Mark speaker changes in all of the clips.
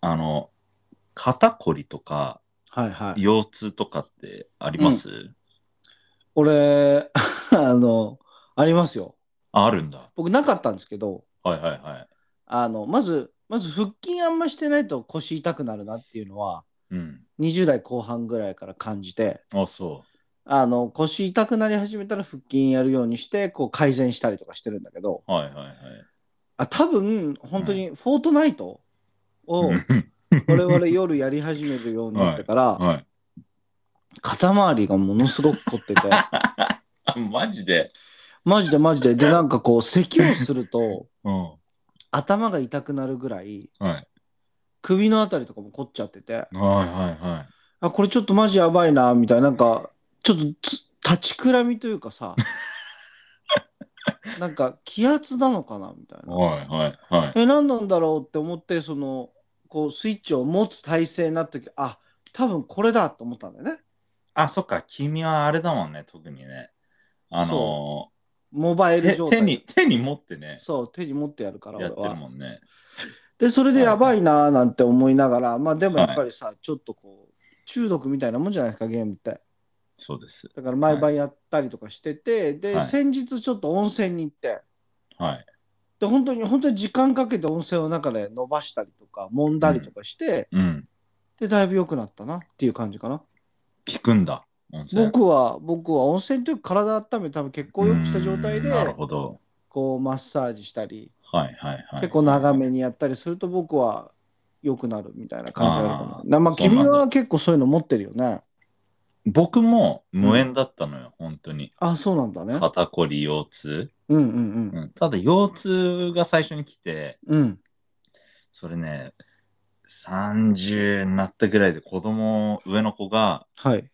Speaker 1: あの、肩こりとか、
Speaker 2: はいはい。
Speaker 1: 腰痛とかってあります、
Speaker 2: 俺、 あの、ありますよ。
Speaker 1: ああるんだ。
Speaker 2: 僕なかったんですけど、
Speaker 1: はいはいはい。
Speaker 2: あの、まず、まず腹筋あんましてないと腰痛くなるなっていうのは、
Speaker 1: うん。
Speaker 2: 20代後半ぐらいから感じて、
Speaker 1: あ、そ
Speaker 2: あの、腰痛くなり始めたら腹筋やるようにして、こう改善したりとかしてるんだけど、
Speaker 1: う。はいはいはい。
Speaker 2: あ、多分、本当にフォートナイトを
Speaker 1: うん
Speaker 2: 我々夜やり始めるようになってから、
Speaker 1: はい。
Speaker 2: 肩周りがものすごく凝ってて、
Speaker 1: あ、マジで。
Speaker 2: マジでマジで。で、なんかこう、咳をすると、
Speaker 1: うん。
Speaker 2: 頭が痛くなるぐらい、
Speaker 1: はい。
Speaker 2: 首のあたりとかも凝っちゃってて、
Speaker 1: はいはいは
Speaker 2: あ、これちょっとマジやばいな、みたいな、なんか、ちょっとつ立ちくらみという かさ、なんか気圧なのかな、みたい
Speaker 1: い。
Speaker 2: な。
Speaker 1: はいはいはい。
Speaker 2: え、何なんだろうって思って、その、こう、スイッチを持つ体勢になった時、あ、多分これだと思ったんだよね。
Speaker 1: あ、そっか。君はあれだもんね、特にね。あの
Speaker 2: モバイ
Speaker 1: ー、
Speaker 2: ル
Speaker 1: 手
Speaker 2: 状態。
Speaker 1: 手に、手に持ってね、
Speaker 2: そう、手に持ってやるから、俺
Speaker 1: やってる
Speaker 2: は。
Speaker 1: もんね。
Speaker 2: で、それで
Speaker 1: はい
Speaker 2: やばいなーなんて思いながら、まあでもやっぱりさ、ちょっとこう、中毒みたいなもんじゃないですか、ゲームって。
Speaker 1: そうです。
Speaker 2: だから毎晩やったりとかしてて、で、
Speaker 1: はい
Speaker 2: 先日ちょっと温泉に行って、
Speaker 1: はい。
Speaker 2: で、本当に、本当に時間かけて温泉の中で伸ばしたりとか、揉んだりとかして、
Speaker 1: うん。
Speaker 2: で、だいぶ良くなったなっていう感じかな。
Speaker 1: 効くんだ。温泉。
Speaker 2: 僕は、僕は温泉というか体温め、多分血行を良くした状態で
Speaker 1: うん、なるほど。
Speaker 2: こう、マッサージしたり、
Speaker 1: はいはいはい。
Speaker 2: 結構長めにやったりすると僕は良くなるみたいな感じがあるか
Speaker 1: あ
Speaker 2: な。なまあ
Speaker 1: そうなん
Speaker 2: 君
Speaker 1: だ
Speaker 2: は結構そういうの持ってるよね。
Speaker 1: 僕も無縁だったのよ、本当に。
Speaker 2: あ、そうなんだね。
Speaker 1: 肩こり、腰痛。
Speaker 2: うんうん
Speaker 1: うん、ただ、腰痛が最初に来て、
Speaker 2: うん。うん。
Speaker 1: それね、30になったぐらいで子供、上の子が
Speaker 2: はい。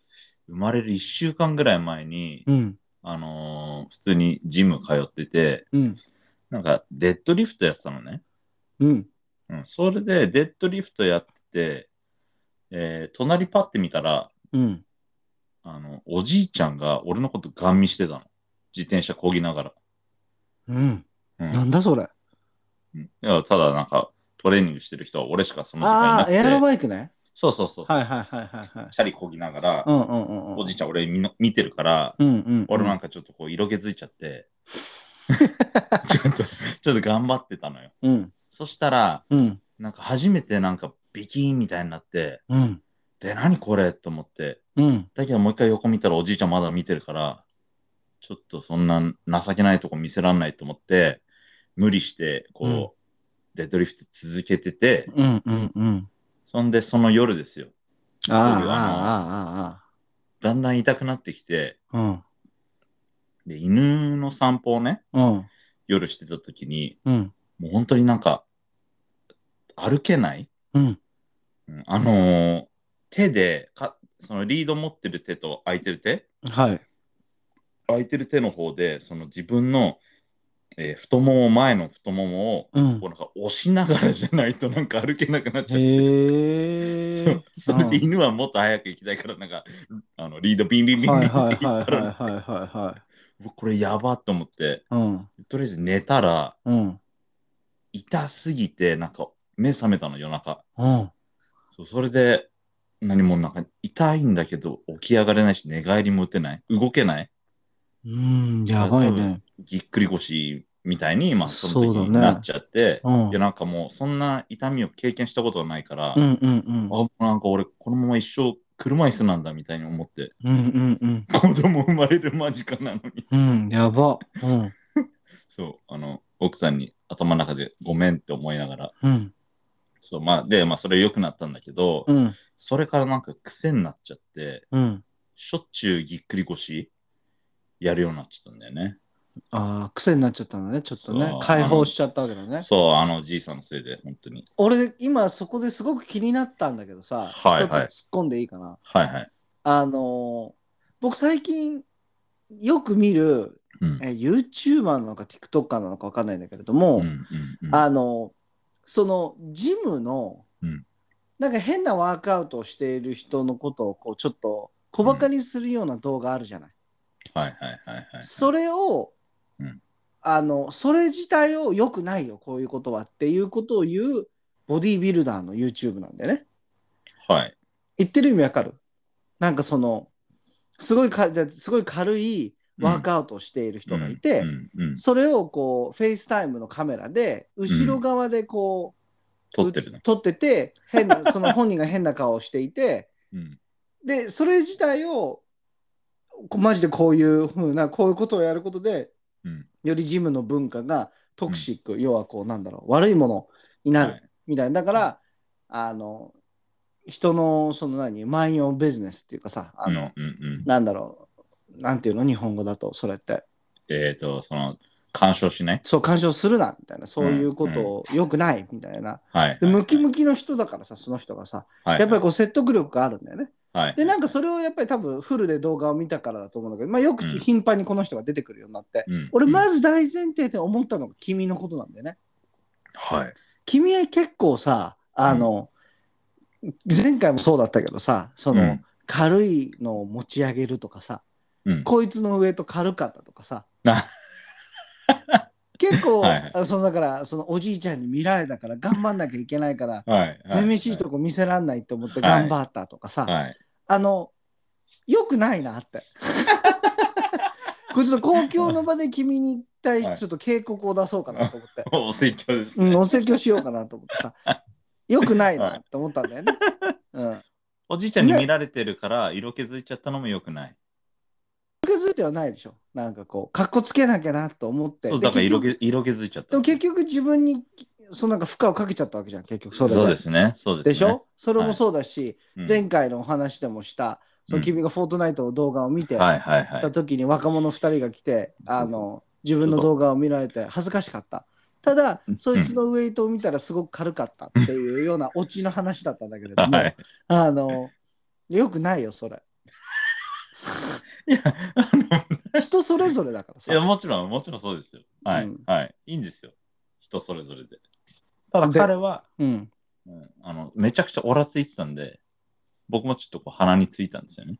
Speaker 1: 生まれる1週間ぐらい前に、
Speaker 2: うん
Speaker 1: あのー普通にジム通ってて、
Speaker 2: うん
Speaker 1: なんかデッドリフトやってたのね。
Speaker 2: うん。
Speaker 1: うん、それでデッドリフトやってて、えー隣パッて見たら、
Speaker 2: うん。
Speaker 1: あの、おじいちゃんが俺のことガン見してたの。自転車こぎながら。
Speaker 2: うん。
Speaker 1: うん
Speaker 2: なんだそれ。
Speaker 1: うんいやただなんかトレーニングしてる人は俺しかその時間いな
Speaker 2: あ
Speaker 1: く
Speaker 2: あ、エアロ
Speaker 1: て
Speaker 2: バイクね。
Speaker 1: そうそうそうそう、
Speaker 2: はいはいはいはいはい。
Speaker 1: チャリこぎながら、
Speaker 2: うんうんうんうん。
Speaker 1: おじいちゃん俺みの見てるから、
Speaker 2: うんうん。
Speaker 1: 俺なん
Speaker 2: か。
Speaker 1: かちょっとこう色気づいちゃって、 ちょっとちょっと頑張ってたのよ
Speaker 2: うん
Speaker 1: そしたら
Speaker 2: うん
Speaker 1: なんか初めてなんかビキーンみたいになって
Speaker 2: うん
Speaker 1: で何これと思って
Speaker 2: うん。
Speaker 1: だけどもう一回横見たらおじいちゃんまだ見てるからちょっとそんな情けないとこ見せらんないと思って無理してこう、
Speaker 2: うん
Speaker 1: デッドリフト続けてて、
Speaker 2: うんうんうん。
Speaker 1: そんで、その夜ですよ。
Speaker 2: ああ
Speaker 1: 夜
Speaker 2: あ
Speaker 1: だんだん痛くなってきて、
Speaker 2: ああああ
Speaker 1: で、犬の散歩をね、
Speaker 2: あ。うんうん
Speaker 1: 夜してた時に、
Speaker 2: うん
Speaker 1: もう本当になんか、歩けない、
Speaker 2: うん
Speaker 1: うんあのー手でか、そのリード持ってる手と空いてる手、
Speaker 2: はい。
Speaker 1: 空いてる手の方で、その自分の、えー太もも、前の太ももを、
Speaker 2: うん
Speaker 1: こう。なんか押しながらじゃないとなんか歩けなくなっちゃって。
Speaker 2: へえ。
Speaker 1: そそれで
Speaker 2: い。
Speaker 1: 犬はもっと早く行きたいからなんかあのリードビンビンビン
Speaker 2: は
Speaker 1: ビ
Speaker 2: い
Speaker 1: ンっ
Speaker 2: はい
Speaker 1: て引
Speaker 2: は
Speaker 1: っ張
Speaker 2: い
Speaker 1: られ
Speaker 2: は
Speaker 1: て
Speaker 2: いはいはいは
Speaker 1: うわこれやばと思って、
Speaker 2: い。うん
Speaker 1: とりあえず寝たら、
Speaker 2: うん
Speaker 1: 痛すぎて、なんか目覚めたの夜中。
Speaker 2: うん。
Speaker 1: そうそれで、何もなんか痛いんだけど、起き上がれないし、寝返りも打てない。動けない。
Speaker 2: うん、やばいね。
Speaker 1: ぎっくり腰みたいに、まあ、その時
Speaker 2: そうだ
Speaker 1: に
Speaker 2: ね
Speaker 1: なっちゃって、
Speaker 2: うん。
Speaker 1: いや、なんかもう、そんな痛みを経験したことがないから、
Speaker 2: うんうんうん。
Speaker 1: あ、なんか俺、このまま一生、車椅子なんだみたいに思って、
Speaker 2: うんうん
Speaker 1: 子供生まれる間近なのに。
Speaker 2: うん。うん、やば。うん
Speaker 1: そう、あの、奥さんに頭の中でごめんって思いながら、
Speaker 2: うん
Speaker 1: そう、まあ、で、まあ、それ良くなったんだけど、
Speaker 2: うん
Speaker 1: それからなんか癖になっちゃって、
Speaker 2: うん。
Speaker 1: しょっちゅうぎっくり腰やるようになっちゃったんだよね。
Speaker 2: ああ、癖になっちゃったんだね、ちょっとね
Speaker 1: そう。
Speaker 2: 解放しちゃったわけだね。
Speaker 1: そう、あのおじいさんのせいで、本当に。
Speaker 2: 俺、今そこですごく気になったんだけどさ、
Speaker 1: はいはい
Speaker 2: 一つ突っ込んでいいかな。
Speaker 1: はいはい。
Speaker 2: あのー僕最近よく見る、
Speaker 1: うん。
Speaker 2: え YouTuber なのか TikToker なのかわかんないんだけれども、
Speaker 1: うんうんうん、
Speaker 2: あのそのジムの、
Speaker 1: うん
Speaker 2: なんか変なワークアウトをしている人のことをこうちょっと小バカにするような動画あるじゃない、
Speaker 1: はいはいはいはい。
Speaker 2: それを、
Speaker 1: うん
Speaker 2: あのそれ自体を良くないよこういうことはっていうことを言うボディービルダーの YouTube なんだよね。
Speaker 1: はい。
Speaker 2: 言ってる意味わかるなんかその、すごいか、すごい軽いワークアウトをしている人がいて、
Speaker 1: うんうんうん
Speaker 2: それをこう、フェイスタイムのカメラで、後ろ側でこう、
Speaker 1: 撮ってるね。
Speaker 2: 撮ってて、変な、その本人が変な顔をしていて、
Speaker 1: うん
Speaker 2: で、それ自体を、こうマジでこういうふうな、こういうことをやることで、
Speaker 1: うん
Speaker 2: よりジムの文化がトクシック、要はこう、なんだろう、悪いものになる
Speaker 1: はい
Speaker 2: みたいな。だから、あの、人の、その何、マインオンビジネスっていうかさ、あの、
Speaker 1: うんうんうん
Speaker 2: なんだろう、なんていうの、日本語だと、それって。
Speaker 1: えっ、と、その、干渉しない。
Speaker 2: そう、干渉するな、みたいな、そういうことを、良くない、みたいな。
Speaker 1: はい。
Speaker 2: で、ムキムキの人だからさ、その人がさ、
Speaker 1: はい、
Speaker 2: やっぱりこう、説得力があるんだよね。
Speaker 1: はい。
Speaker 2: で、なんかそれをやっぱり多分、フルで動画を見たからだと思うんだけど、まあ、よく
Speaker 1: うん
Speaker 2: 頻繁にこの人が出てくるようになって、
Speaker 1: うん、
Speaker 2: 俺、
Speaker 1: ず、
Speaker 2: まず大前提で思ったのが君のことなんだよね。
Speaker 1: はい。
Speaker 2: 君は結構さあの、前回もそうだったけどさその、
Speaker 1: うん
Speaker 2: 軽いのを持ち上げるとかさ
Speaker 1: うん。
Speaker 2: こいつのウエイト軽かったとかさ
Speaker 1: あ
Speaker 2: 結構、
Speaker 1: はいはい
Speaker 2: あそのだからそのおじいちゃんに見られたから頑張んなきゃいけないから
Speaker 1: はい。
Speaker 2: めめしいとこ見せらんないと思って
Speaker 1: はい
Speaker 2: 頑張ったとかさ、
Speaker 1: はい。
Speaker 2: あのよくないなってこれちょっと公共の場で君に対してちょっと警告を出そうかなと思って。
Speaker 1: お説教です
Speaker 2: う
Speaker 1: ね、
Speaker 2: ん、お説教しようかなと思ってさ、よくないなって思ったんだよ ね。うん。
Speaker 1: おじいちゃんに見られてるから、色気づいちゃったのもよくない。
Speaker 2: 気づいてはないでしょ。なんかこう、かっこつけなきゃなと思って。
Speaker 1: そう、
Speaker 2: で
Speaker 1: だから色
Speaker 2: 結局
Speaker 1: 気色気づいちゃった。
Speaker 2: でも結局自分に、そのなんか負荷をかけちゃったわけじゃん、結局
Speaker 1: そ
Speaker 2: そうれで。
Speaker 1: ですね。そうですね。
Speaker 2: でしょそれもそうだし、
Speaker 1: うん
Speaker 2: 前回のお話でもした、その
Speaker 1: うん
Speaker 2: 君がフォートナイトの動画を見て、
Speaker 1: はいはいは
Speaker 2: た
Speaker 1: い。
Speaker 2: 時に若者2人が来て、あ
Speaker 1: そう
Speaker 2: の、自分の動画を見られて恥ずかしかった。ただ、そいつのウエイトを見たらすごく軽かったっていうようなオチの話だったんだけれど も、
Speaker 1: はい。
Speaker 2: あの、よくないよ、それ。
Speaker 1: いや、あの
Speaker 2: 人それぞれだから
Speaker 1: いや、
Speaker 2: さ。
Speaker 1: もちろん、もちろんそうですよ。はい、
Speaker 2: うん
Speaker 1: はい。いいんですよ。人それぞれで。ただ
Speaker 2: で
Speaker 1: 彼は、
Speaker 2: うん。
Speaker 1: うんあの、めちゃくちゃオラついてたんで、僕もちょっとこう鼻についたんですよね。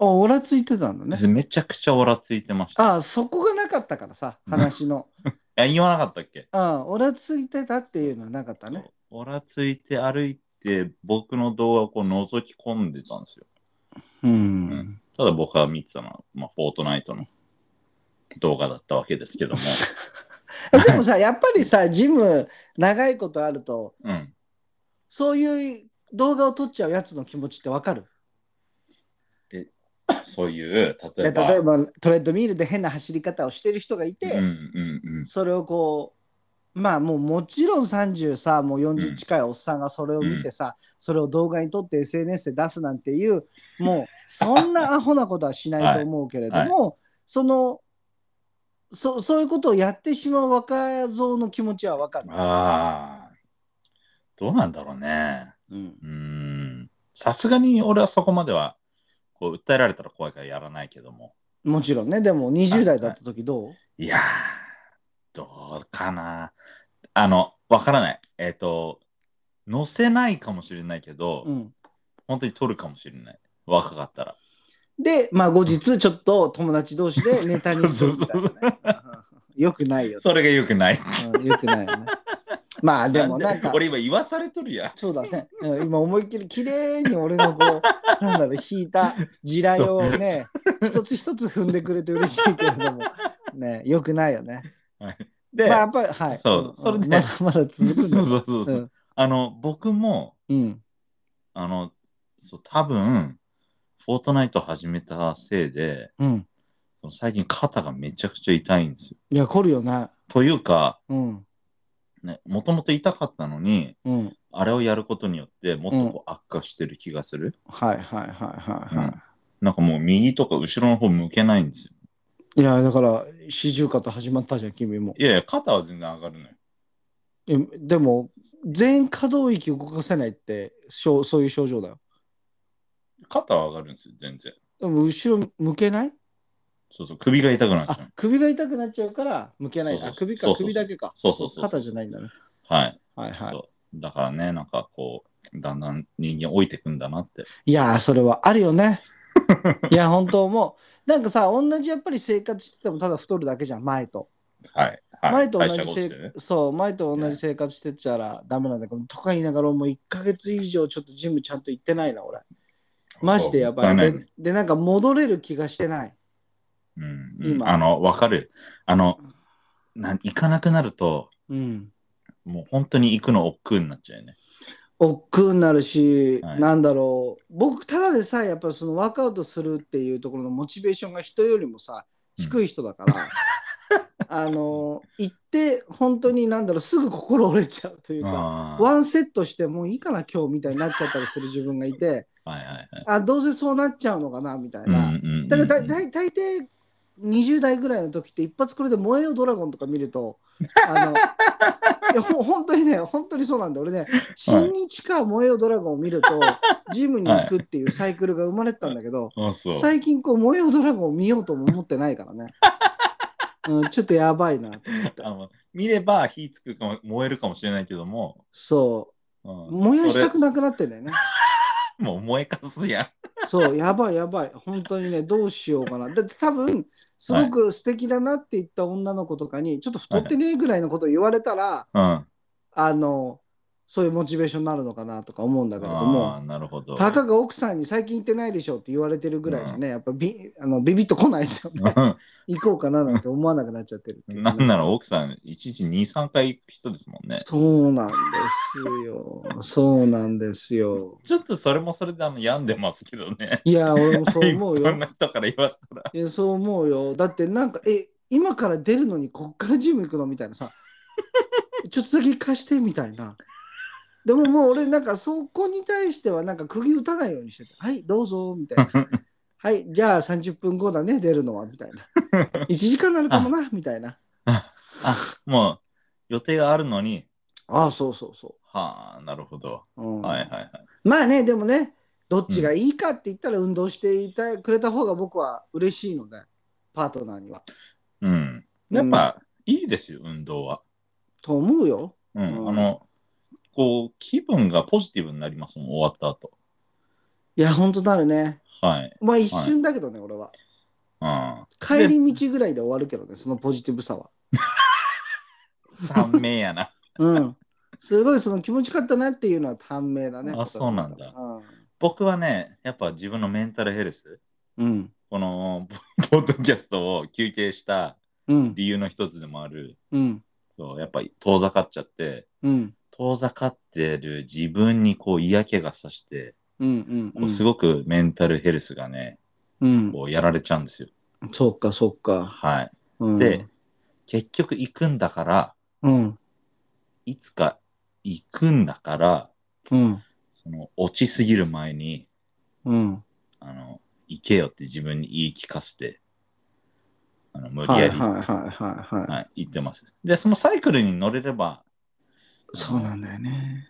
Speaker 2: あ、おらついてたんだね。
Speaker 1: めちゃくちゃオラついてました。
Speaker 2: あ、そこがなかったからさ、話の。
Speaker 1: え言わなかったっけ
Speaker 2: うん、おらついてたっていうのはなかったね。
Speaker 1: オラついて歩いて、僕の動画をこう覗き込んでたんですよ。う
Speaker 2: う。
Speaker 1: んただ僕が見てたのは、まあ、フォートナイトの動画だったわけですけども。
Speaker 2: でもさ、やっぱりさ、ジム長いことあると、
Speaker 1: うん。
Speaker 2: そういう動画を撮っちゃうやつの気持ちってわかる
Speaker 1: そういう、
Speaker 2: い
Speaker 1: 例え
Speaker 2: や
Speaker 1: ば。
Speaker 2: 例えばトレッドミルで変な走り方をしてる人がいて、
Speaker 1: うんうんうん。
Speaker 2: それをこうまあもうもちろん30さもう40近いおっさんがそれを見てさ、それを動画に撮って SNS で出すなんていうもうそんなアホなことはしないと思うけれども、そのそそういうことをやってしまう若造の気持ちはわかる、
Speaker 1: ああ。どうなんだろうね。
Speaker 2: うん、
Speaker 1: うーん。さすがに俺はそこまでは、こう、訴えられたら怖いからやらないけども。
Speaker 2: もちろんねでも20代だった時どう、
Speaker 1: いやー、どうかな。あの、わからない。えっ、と、載せないかもしれないけど、
Speaker 2: うん、
Speaker 1: 本当に撮るかもしれない。若かったら。
Speaker 2: でまあ後日ちょっと友達同士でネタにするみたいなね、うん よくないよ、
Speaker 1: それがよくない。
Speaker 2: うん、よくないよねまあでもなん か
Speaker 1: 俺今言わされとるやん。
Speaker 2: そうだね。うん今思いっきり綺麗に俺のこ う、なんだろう、引いた地雷をね、一つ一つ踏んでくれて嬉しいけれども、ね、よくないよね。まあ
Speaker 1: で、
Speaker 2: やっぱり、はい。
Speaker 1: そうんそれで
Speaker 2: まだまだ
Speaker 1: そう
Speaker 2: 続くんだ
Speaker 1: そう
Speaker 2: よ
Speaker 1: そうそう、
Speaker 2: うん
Speaker 1: あの、僕も、
Speaker 2: うん。
Speaker 1: あの、そう多分、フォートナイト始めたせいで、
Speaker 2: うん。
Speaker 1: その最近肩がめちゃくちゃ痛いんですよ。
Speaker 2: いや、凝るよね。
Speaker 1: というか、
Speaker 2: うん。
Speaker 1: ね、もともと痛かったのに、
Speaker 2: うん。
Speaker 1: あれをやることによってもっとこう悪化してる気がする。
Speaker 2: はいはいはいはい
Speaker 1: うん
Speaker 2: は
Speaker 1: なんかもう右とか後ろの方向けないんですよ。
Speaker 2: い。いや、だから、四十肩始まったじゃん、君も。
Speaker 1: いやいや、肩は全然上がるのよ。
Speaker 2: えでも、全可動域動かせないって、しょうそういう症状だよ。
Speaker 1: 肩は上がるんですよ、全然。
Speaker 2: でも、後ろ向けない
Speaker 1: そうそう、首が痛くなっちゃう
Speaker 2: あ。、首が痛くなっちゃうから、向けな
Speaker 1: そ
Speaker 2: い。
Speaker 1: うそう
Speaker 2: あ、首
Speaker 1: そ
Speaker 2: か、
Speaker 1: うそうそう
Speaker 2: 首だけか。
Speaker 1: そうそうそうそう
Speaker 2: 肩じゃないんだね。
Speaker 1: はい、
Speaker 2: はいはい。
Speaker 1: そう。だからね、なんかこう、だんだん人間老いてくんだなって。
Speaker 2: いやー、それはある よね。いや、本当もう。なんかさ、同じやっぱり生活してても、ただ太るだけじゃん、前と。
Speaker 1: はい。はい、
Speaker 2: 前と同
Speaker 1: 代謝
Speaker 2: じ
Speaker 1: が落
Speaker 2: せ、
Speaker 1: ちてね
Speaker 2: そう前と同じ生活してちゃらダメなんだけど、とか言いながらもう1ヶ月以上ちょっとジムちゃんと行ってないな俺マジでやば
Speaker 1: そう
Speaker 2: い
Speaker 1: もったな
Speaker 2: ででなんか戻れる気がしてない
Speaker 1: うん、
Speaker 2: 今
Speaker 1: あの、わかる。あの、なん行かなくなると、
Speaker 2: うん
Speaker 1: もう本当に行くの億劫になっちゃうよね。
Speaker 2: 億劫になるし、
Speaker 1: はい
Speaker 2: なんだろう僕ただでさえやっぱりそのワークアウトするっていうところのモチベーションが人よりもさ
Speaker 1: うん
Speaker 2: 低い人だから、 あの行って本当になんだろうすぐ心折れちゃうというか、
Speaker 1: あー
Speaker 2: ワンセットしてもういいかな今日みたいになっちゃったりする自分がいて。
Speaker 1: はいはいはい。
Speaker 2: あどうせそうなっちゃうのかなみたい
Speaker 1: うん
Speaker 2: な。
Speaker 1: うんうんうん
Speaker 2: だからだ大大抵20代ぐらいの時って一発これで「燃えよドラゴン」とか見るとあ のいやほ本当にね本当にそうなんだ俺ね「新日か燃えよドラゴン」を見るとジムに行くっていうサイクルが生まれてたんだけど、
Speaker 1: あそう。
Speaker 2: 最近こう「燃えよドラゴン」を見ようとも思ってないからね、 うん、ちょっとやばいなと思って
Speaker 1: あの見れば火つくかも燃えるかもしれないけども、
Speaker 2: そううん燃やしたく
Speaker 1: そ
Speaker 2: なくなってんだよね
Speaker 1: れもう燃えかすやん。
Speaker 2: そう、やばいやばい。本当にね、どうしようかな。だって多分、すごく素敵だなって言った女の子とかに、ちょっと太ってねえぐらいのことを言われたら、
Speaker 1: うん。
Speaker 2: あの、そういうモチベーションになるのかなとか思うんだけれど
Speaker 1: あ
Speaker 2: も、
Speaker 1: あ、なるほど。
Speaker 2: たかが奥さんに最近行ってないでしょって言われてるぐらいじゃね、やっぱビあのビビッと来ない ですよね。行こうかななんて思わなくなっちゃってるっ
Speaker 1: う
Speaker 2: てい
Speaker 1: ん
Speaker 2: う
Speaker 1: な
Speaker 2: ね
Speaker 1: んなら奥さん、一日2、3回行く人ですもんね。
Speaker 2: そうなんですよ。そうなんですよ。
Speaker 1: ちょっとそれもそれであの病んでますけどね。
Speaker 2: いや、俺もそう思う
Speaker 1: こ
Speaker 2: よ
Speaker 1: ん。な人から言わせたら。
Speaker 2: えそう思うよだってなんかえ今から出るのにこっからジム行くのみたいなさ ちょっとだけ貸してみたいなでももう俺なんかそこに対してはなんか釘打たないようにしててはいどうぞみたい なはいじゃあ30分後だね出るのはみたいな 1時間なるかもなみたいな
Speaker 1: あ、あもう予定があるのに。
Speaker 2: ああそうそうそ
Speaker 1: はあ、なるほど。
Speaker 2: う、うん
Speaker 1: はいはいはい。
Speaker 2: まあねでもねどっちがいいかって言ったら運動していたくれた方が僕は嬉しいのでパートナーには
Speaker 1: うん。やっぱ、いいですよ、運動は。
Speaker 2: と思うよ
Speaker 1: うん。
Speaker 2: うん
Speaker 1: あの、こう、気分がポジティブになりますもん、終わった後。
Speaker 2: いや本当だるね
Speaker 1: はい。
Speaker 2: まあ一瞬だけどね、俺は。
Speaker 1: うん。
Speaker 2: 帰り道ぐらいで終わるけどね、そのポジティブさは。
Speaker 1: 短命やな。
Speaker 2: うん。すごいその気持ちよかったなっていうのは短命だね。
Speaker 1: あそうなんだ僕はね、やっぱ自分のメンタルヘルス、
Speaker 2: うん。うん。
Speaker 1: この、 ポポッドキャストを休憩した
Speaker 2: うん。
Speaker 1: 理由の一つでもある、
Speaker 2: うん。
Speaker 1: そう、やっぱり遠ざかっちゃって、
Speaker 2: うん。
Speaker 1: 遠ざかってる自分にこう嫌気がさして、
Speaker 2: うん。
Speaker 1: こうす
Speaker 2: ごい。
Speaker 1: ごくメンタルヘルスがね、
Speaker 2: うん。
Speaker 1: こうやられちゃうんですよ。
Speaker 2: そっかそっか。
Speaker 1: はい。
Speaker 2: うん
Speaker 1: で、、結局行くんだから、
Speaker 2: うん。
Speaker 1: いつか行くんだから、
Speaker 2: うん。
Speaker 1: その落ちすぎる前に、
Speaker 2: うん。
Speaker 1: あの、行けよって自分に言い聞かせて、あの無理
Speaker 2: は
Speaker 1: や
Speaker 2: い
Speaker 1: り、
Speaker 2: はいはいはいはい。
Speaker 1: はい、言ってます。で、そのサイクルに乗れれば、
Speaker 2: そうなんだよね。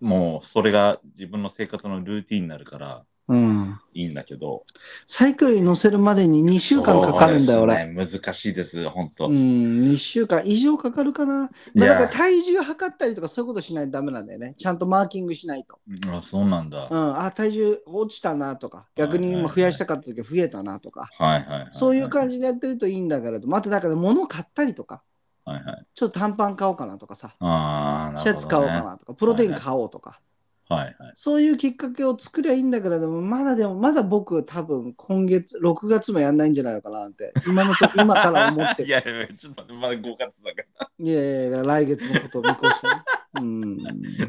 Speaker 1: もうそれが自分の生活のルーティンになるから
Speaker 2: うん。
Speaker 1: いいんだけど、
Speaker 2: サイクルに乗せるまでに2週間かかるんだ
Speaker 1: そ
Speaker 2: よ、
Speaker 1: う
Speaker 2: 俺。
Speaker 1: ですね難しいです、本当。
Speaker 2: う
Speaker 1: い
Speaker 2: ん、2週間以上かかるかな。まあ、だから
Speaker 1: や、
Speaker 2: 体重測ったりとかそういうことしないとダメなんだよね。ちゃんとマーキングしないと。
Speaker 1: あそうなんだ。は
Speaker 2: う
Speaker 1: い
Speaker 2: ん、あ体重落ちたなとか逆に今増やしたかった時は増えたなとか、
Speaker 1: はいはい、はい。
Speaker 2: そういう感
Speaker 1: じ。
Speaker 2: じでやってるといいんだけれ どもあとだから物買ったりとか
Speaker 1: はいはい。
Speaker 2: ちょっと短パン買おうかなとかさ、
Speaker 1: ああ、なるほど、ね。
Speaker 2: シャツ買おうかなとかプロテイン買おうとか、
Speaker 1: はいはい。
Speaker 2: そういうきっかけを作りゃいいんだけれどもまだでも まだ僕多分今月6月もやんないんじゃないのかなって今 のと今から思って
Speaker 1: い
Speaker 2: る
Speaker 1: やいや、ちょっと待ってまだ5月だから。
Speaker 2: いやいやいや来月のことを見越してね、うん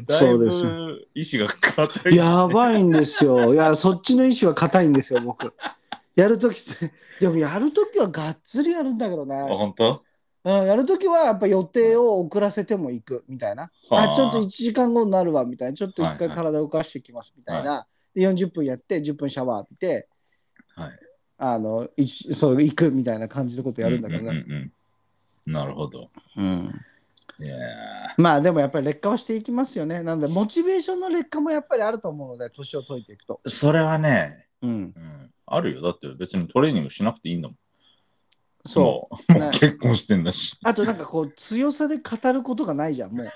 Speaker 1: だ
Speaker 2: そ
Speaker 1: いうぶ
Speaker 2: です
Speaker 1: 意思が変わってる。
Speaker 2: やばいんですよ。いや、そっちの意志は硬いんですよ、僕。やるときって、でもやるときはがっつりやるんだけど
Speaker 1: あ
Speaker 2: ね。
Speaker 1: 本当
Speaker 2: うん、やるときはやっぱ予定を遅らせても行くみたいな。あ、ちょっと1時間後になるわみたいな。ちょっと一
Speaker 1: はい
Speaker 2: 回
Speaker 1: はい
Speaker 2: 体動かしてきますみたいな。で40分やって、10分シャワー浴びて、
Speaker 1: はい
Speaker 2: あの、いしそう、行くみたいな感じのことやるんだけど
Speaker 1: う
Speaker 2: ね。
Speaker 1: んうんうんなるほど。
Speaker 2: うん
Speaker 1: いやー
Speaker 2: まあでもやっぱり劣化はしていきますよね。なので、モチベーションの劣化もやっぱりあると思うので、年を解いていくと。
Speaker 1: それはね、
Speaker 2: うん。
Speaker 1: うん、あるよ。だって別にトレーニングしなくていいんだもん。
Speaker 2: そう。
Speaker 1: う。も
Speaker 2: ね
Speaker 1: う結婚してんだし。
Speaker 2: あとなんかこう強さで語ることがないじゃん もう。そ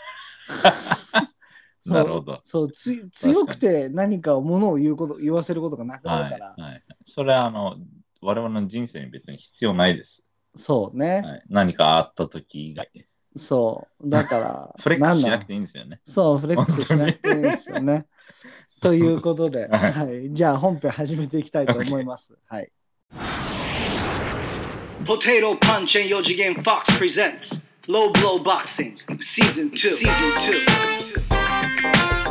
Speaker 2: う
Speaker 1: なるほど。
Speaker 2: そうつ強くて何かをものを言うこと言わせることがなくな
Speaker 1: は
Speaker 2: る
Speaker 1: い
Speaker 2: から、
Speaker 1: はい。それはあの、我々の人生に別に必要ないです。
Speaker 2: そうね、
Speaker 1: はい、何かあった時以外。
Speaker 2: そうだから
Speaker 1: フレックスしなく
Speaker 2: て
Speaker 1: ていいんですよね。
Speaker 2: そうフレックスしなくていいんですよねということ で、
Speaker 1: はい
Speaker 2: はい、じゃあ本編始めていきたいと思います、はい、
Speaker 3: Potato Punch and Yoji Game Fox presents Low Blow Boxing Season 2. Season 2.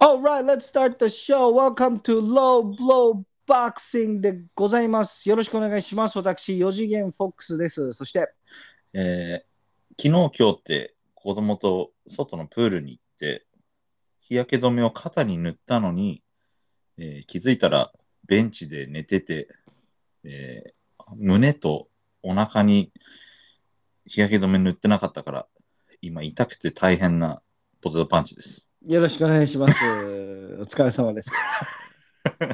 Speaker 2: All right, let's start the show. Welcome to Low Blow Boxing でございます。よろしくお願いします。私、四次元フォックスです。そして、
Speaker 1: えー昨日今日って子供と外のプールに行って日焼け止めを肩に塗ったのに、えー気づいたらベンチで寝てて、えー胸とお腹に日焼け止め塗ってなかったから今痛くて大変なポテトパンチです。
Speaker 2: よろしくお願いします。お疲れ様です。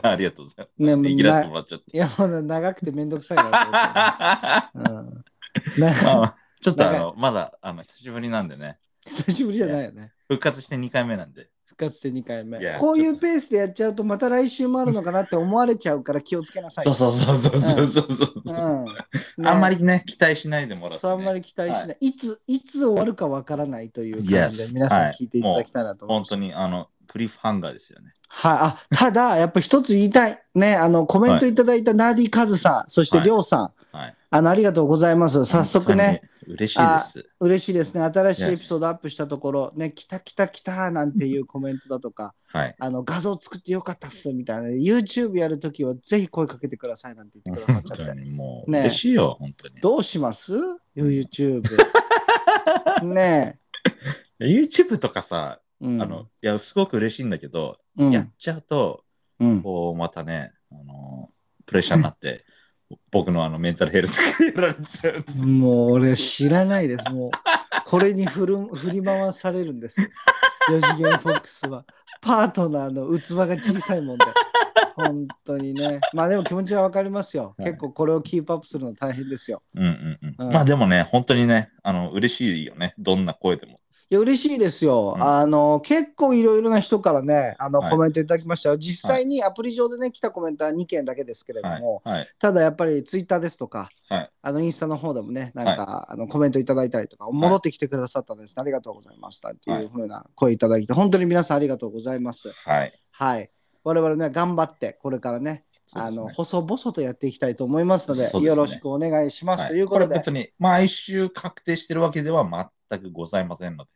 Speaker 1: ありがとうございます。
Speaker 2: ね、もう
Speaker 1: ねぎらって
Speaker 2: な
Speaker 1: もらっちゃって。
Speaker 2: いや、もう長くてめんどくさいからそうですよね。うん、
Speaker 1: ま
Speaker 2: な
Speaker 1: あちょっとあのまだあの久しぶりなんでね
Speaker 2: 久しぶりじゃないよね。
Speaker 1: 復活して2回目なんで
Speaker 2: 復活で2回目
Speaker 1: いや。
Speaker 2: こういうペースでやっちゃうと、また来週もあるのかなって思われちゃうから気をつけなさい。
Speaker 1: そうそうそうそうそうそうそう
Speaker 2: う
Speaker 1: そ
Speaker 2: ん
Speaker 1: う、
Speaker 2: ね
Speaker 1: あんまりね、期待しないでもらって、
Speaker 2: そうあんまり期待しない、い、ついつ終わるかわからないという感じで
Speaker 1: Yes
Speaker 2: 皆さん聞いていただきたいなと思い
Speaker 1: 本
Speaker 2: ます。
Speaker 1: 当に、あの、クリフハンガーですよね。
Speaker 2: はい、あただやっぱ一つ言いたいねあのコメントいただいたナーディカズさん、そして
Speaker 1: はい
Speaker 2: りょうさん、
Speaker 1: はい。
Speaker 2: あのありがとうございます早速ね。
Speaker 1: 嬉しいです。
Speaker 2: 嬉しいですね新しい
Speaker 1: Yes
Speaker 2: エピソードアップしたところね来た来た来たなんていうコメントだとか
Speaker 1: はい。
Speaker 2: あの画像作ってよかったっすみたいな YouTube やるときはぜひ声かけてくださいなんて言ってくださ
Speaker 1: 本
Speaker 2: っちゃって
Speaker 1: 当にもう、
Speaker 2: ね
Speaker 1: 嬉しいよ、本当に。
Speaker 2: どうします YouTube ね
Speaker 1: いや YouTube とかさ、
Speaker 2: え、うん
Speaker 1: あの、いや、すごく嬉しいんだけど、
Speaker 2: うん
Speaker 1: やっちゃうと、
Speaker 2: うん、
Speaker 1: こう、またね、あの、プレッシャーになって、僕のあの、メンタルヘルスがやられちゃう。
Speaker 2: もう俺知らないです。もうこれに振る振り回されるんです。四次元フォックスは。パートナーの器が小さいもんで。本当にね。まあでも気持ちはわかりますよ。
Speaker 1: はい
Speaker 2: 結構これをキープアップするの大変ですよ。
Speaker 1: うんうんうん。
Speaker 2: うん
Speaker 1: まあでもね、本当にね、あの、嬉しいよね。どんな声でも。
Speaker 2: いや嬉しいですよ。
Speaker 1: うん
Speaker 2: あの結構いろいろな人からね、あの
Speaker 1: はい
Speaker 2: コメントいただきましたよ。実際にアプリ上でね、来たコメントは2件だけですけれど
Speaker 1: はい
Speaker 2: も、。
Speaker 1: はい。
Speaker 2: ただやっぱりツイッターですとか、
Speaker 1: はい
Speaker 2: あのインスタの方でもね、なんか、あのコメントいただいたりとか、戻ってきてくださったんです、ありがとうございましたっていうふうな声いただいて、本当に皆さんありがとうございます。
Speaker 1: はい。
Speaker 2: はい。我々ね、頑張って、これからね、
Speaker 1: そう
Speaker 2: あ
Speaker 1: ですね
Speaker 2: の細々とやっていきたいと思いますので、
Speaker 1: そうです
Speaker 2: よ
Speaker 1: ね
Speaker 2: ろしくお願いします、というこ
Speaker 1: れ
Speaker 2: とで、
Speaker 1: 別に毎週確定してるわけでは全くございませんので、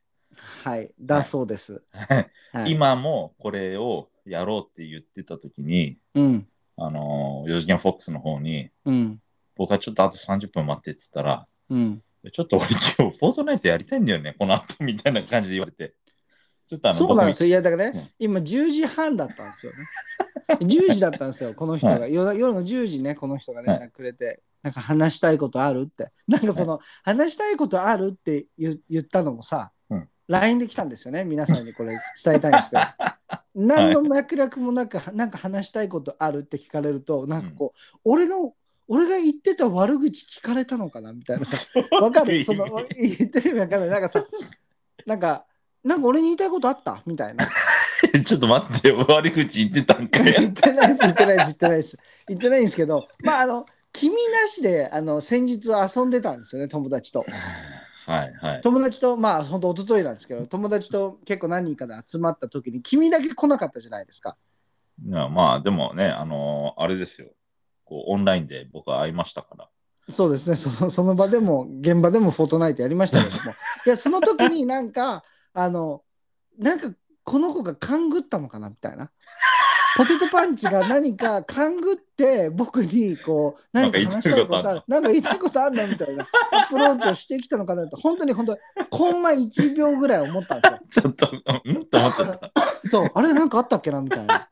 Speaker 2: はい、だそうです。はい、、
Speaker 1: 今もこれをやろうって言ってた時に、
Speaker 2: うん、
Speaker 1: あのー、4次元フォックスの方に、
Speaker 2: うん、
Speaker 1: 僕はちょっとあと30分待ってって言ったら、
Speaker 2: うん。
Speaker 1: ちょっと俺今日フォートナイトやりたいんだよね、この後みたいな感じで言われて。ちょっとあの、
Speaker 2: そうなんですすよ。いや、だから
Speaker 1: う
Speaker 2: ね、
Speaker 1: ん
Speaker 2: 今10時半だったんですよね。10時だったんですよ、この人が。
Speaker 1: は
Speaker 2: 夜夜の10時ね、この人が連
Speaker 1: は
Speaker 2: 絡くれて、なんか話したいことあるって。なんかその、話したいことあるって言言ったのもさ、
Speaker 1: うん
Speaker 2: LINE で来たんですよね、皆さんにこれ伝えたいん ですけど。何の脈絡もなく、なんか話したいことあるって聞かれると、なんかこう、俺の、俺が言ってた悪口聞かれたのかなみたいなさ、わかるその、言ってる意味わかんない。なんかさ、なんか、なんか俺に言いたいことあったみたいな。
Speaker 1: ちょっと待って、悪口言ってたん か
Speaker 2: 言っ
Speaker 1: い。
Speaker 2: てないです、言ってないです、言ってないです。言ってないんですけど、まあ、あの、君なしで、あの、先日遊んでたんですよね、友達と。
Speaker 1: はいはい。
Speaker 2: 友達と、まあ、本当一昨日なんですけど、友達と結構何人かで集まった時に、君だけ来なかったじゃないですか。
Speaker 1: いやまあでもね、あのーあれですよ。こうオンラインで僕は会いましたから。
Speaker 2: そうですね、 そのその場でも、現場でもフォートナイトやりましたけ ども、いや、その時になんか、あの、なんか、この子が勘ぐったのかなみたいな。ポテトパンチが何か勘ぐって僕にこう何か話したいことあるなんか言いたいことあんなみたいなアプローチをしてきたのかなと本当に本当にコンマ1秒ぐらい思ったんですよ。
Speaker 1: ちょっと、うんって思っちゃった。
Speaker 2: そう、あれなんかあったっけなみた いな。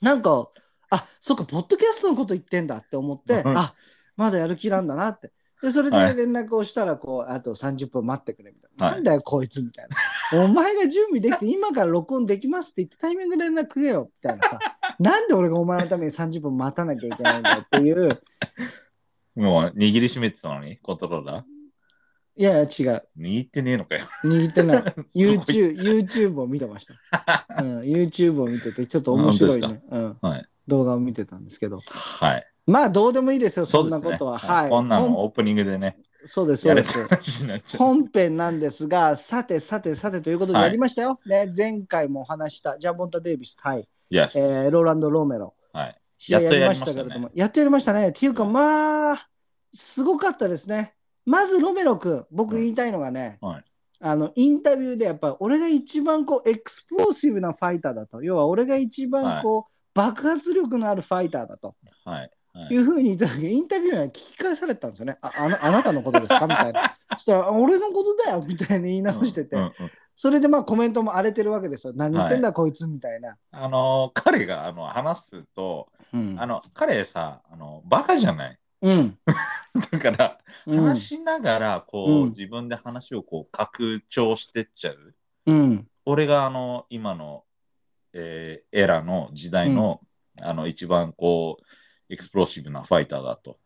Speaker 2: なんか、あそっか、ポッドキャストのこと言ってんだって思って、
Speaker 1: うん
Speaker 2: あまだやる気なんだなって。で、それで
Speaker 1: はい
Speaker 2: 連絡をしたら、こう、あと30分待ってくれみたいな。
Speaker 1: はい
Speaker 2: なんだよ、こい つみたいな。お前が準備できて、今から録音できますって言って、タイミングで連絡くれよみたいなさ。なんで俺がお前のために30分待たなきゃいけないんだよっていう。
Speaker 1: もう握りしめてたのに、コントローラー。
Speaker 2: いやいや、違う。
Speaker 1: 握ってねえのかよ。
Speaker 2: 握っ てない。
Speaker 1: す
Speaker 2: YouTube, YouTube を見てました。うん、YouTube を見てて、ちょっと面白い
Speaker 1: 本
Speaker 2: ね、うん
Speaker 1: はい
Speaker 2: 動画を見てたんですけど。
Speaker 1: はい。
Speaker 2: まあ、どうでもいいですよ、そ
Speaker 1: そう
Speaker 2: ん
Speaker 1: で
Speaker 2: な
Speaker 1: す
Speaker 2: こ
Speaker 1: ね。
Speaker 2: とは。
Speaker 1: は
Speaker 2: はいい。
Speaker 1: こんな
Speaker 2: ほ
Speaker 1: のオープニングでね、
Speaker 2: そうです、そ
Speaker 1: や
Speaker 2: う
Speaker 1: れ
Speaker 2: で
Speaker 1: た
Speaker 2: す。
Speaker 1: 話になっちゃう。
Speaker 2: 本編なんですが、さてさてさてということで
Speaker 1: はい
Speaker 2: やりましたよ。ね、前回もお話したジャボンタ・デイビス対、
Speaker 1: Yes
Speaker 2: えーローランド・ロメロ。
Speaker 1: はい。
Speaker 2: 試合
Speaker 1: や
Speaker 2: や
Speaker 1: っと
Speaker 2: り
Speaker 1: や
Speaker 2: ま
Speaker 1: り
Speaker 2: し
Speaker 1: ましたた
Speaker 2: け
Speaker 1: ね
Speaker 2: れども、やっとやりましたね。っていうか、まあ、すごかったですね。まずロメロ君、僕
Speaker 1: うん
Speaker 2: 言いたいのがね、
Speaker 1: はい
Speaker 2: あのインタビューでやっぱ俺が一番こうエクスプローシブなファイターだと、要は俺が一番こう、爆発力のあるファイターだと
Speaker 1: はい。はい
Speaker 2: いうふうに言った時、インタビューが聞き返されたんですよね。ああのあなたのことですかみたい な。そしたら、あ俺のことだよみたいに言い直してて、
Speaker 1: うんうんうん
Speaker 2: それでまあコメントも荒れてるわけですよ。何言ってんだ、こいつみたいな。
Speaker 1: あのー、彼があの話すと、
Speaker 2: うん
Speaker 1: あの、彼さ、あの、バカじゃない。
Speaker 2: うん。
Speaker 1: だから、
Speaker 2: うん
Speaker 1: 話しながら、こ
Speaker 2: うん
Speaker 1: う、自分で話をこう、拡張してっちゃう。
Speaker 2: うん。
Speaker 1: 俺が、あの、今の、えーエラの時代の、あの、一番、こう、エクスプローシブなファイターだと。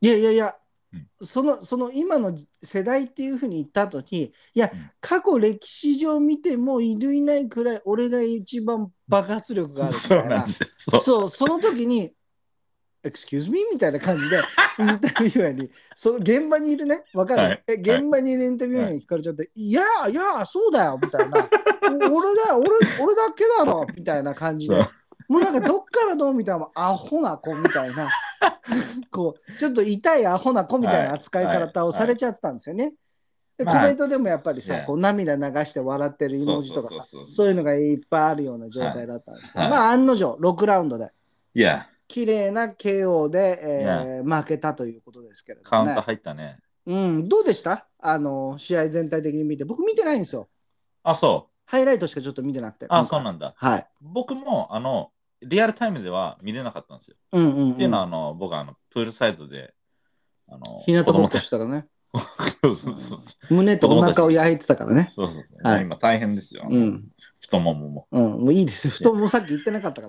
Speaker 2: いやいやいや、
Speaker 1: うん
Speaker 2: そのその今の世代っていうふうに言った後にいや、
Speaker 1: うん
Speaker 2: 過去歴史上見てもいるいないくらい俺が一番爆発力があるみた
Speaker 1: そ
Speaker 2: いう
Speaker 1: なん
Speaker 2: な
Speaker 1: ですよ。そう。
Speaker 2: そうその時に「Excuse me」みたいな感 じでインタビュアーにその現場にいるねわかる、
Speaker 1: はい
Speaker 2: え現場にいるインタビュアーに聞かれちゃって「い、やいやそうだよ」みたいな「お俺だ俺俺だけだろ」みたいな感じで
Speaker 1: そう
Speaker 2: もうなんかどっからどうみたいなアホな子みたい なこうちょっと痛いアホな子みたいな扱い方をされちゃってたんですよね。で
Speaker 1: はい
Speaker 2: コメントでもやっぱりさ、
Speaker 1: まあ
Speaker 2: こう涙流して笑ってる絵文字とかさ
Speaker 1: そうそうそうそう
Speaker 2: そういうのがいっぱいあるような状態だったんですけど、
Speaker 1: はい
Speaker 2: まあ案の定6ラウンドで
Speaker 1: いや、
Speaker 2: 綺麗な KO で、えー負けたということですけれど
Speaker 1: カ
Speaker 2: も、
Speaker 1: ウン
Speaker 2: ね
Speaker 1: ト入ったね。
Speaker 2: うん、どうでしたあの試合全体的に見て僕見てないんですよ
Speaker 1: あ、そう。
Speaker 2: ハイライトしかちょっと見てなくて
Speaker 1: あ、そうんなんだ。
Speaker 2: はい、
Speaker 1: 僕も、あの、リアルタイムでは見れなかったんですよ。
Speaker 2: うんうんうん、
Speaker 1: っていうのは、あの、僕はあの、プールサイドで、あの、
Speaker 2: 日向
Speaker 1: 子
Speaker 2: ぼ
Speaker 1: 供
Speaker 2: っこ
Speaker 1: た
Speaker 2: したからね
Speaker 1: ちそうそうそうそう。
Speaker 2: 胸とお腹を焼いてたからね
Speaker 1: そうそうそう。
Speaker 2: はい
Speaker 1: 今大変ですよ。
Speaker 2: うん、
Speaker 1: 太ももも。
Speaker 2: うん、もういいですよ布団もさっき言ってなかったか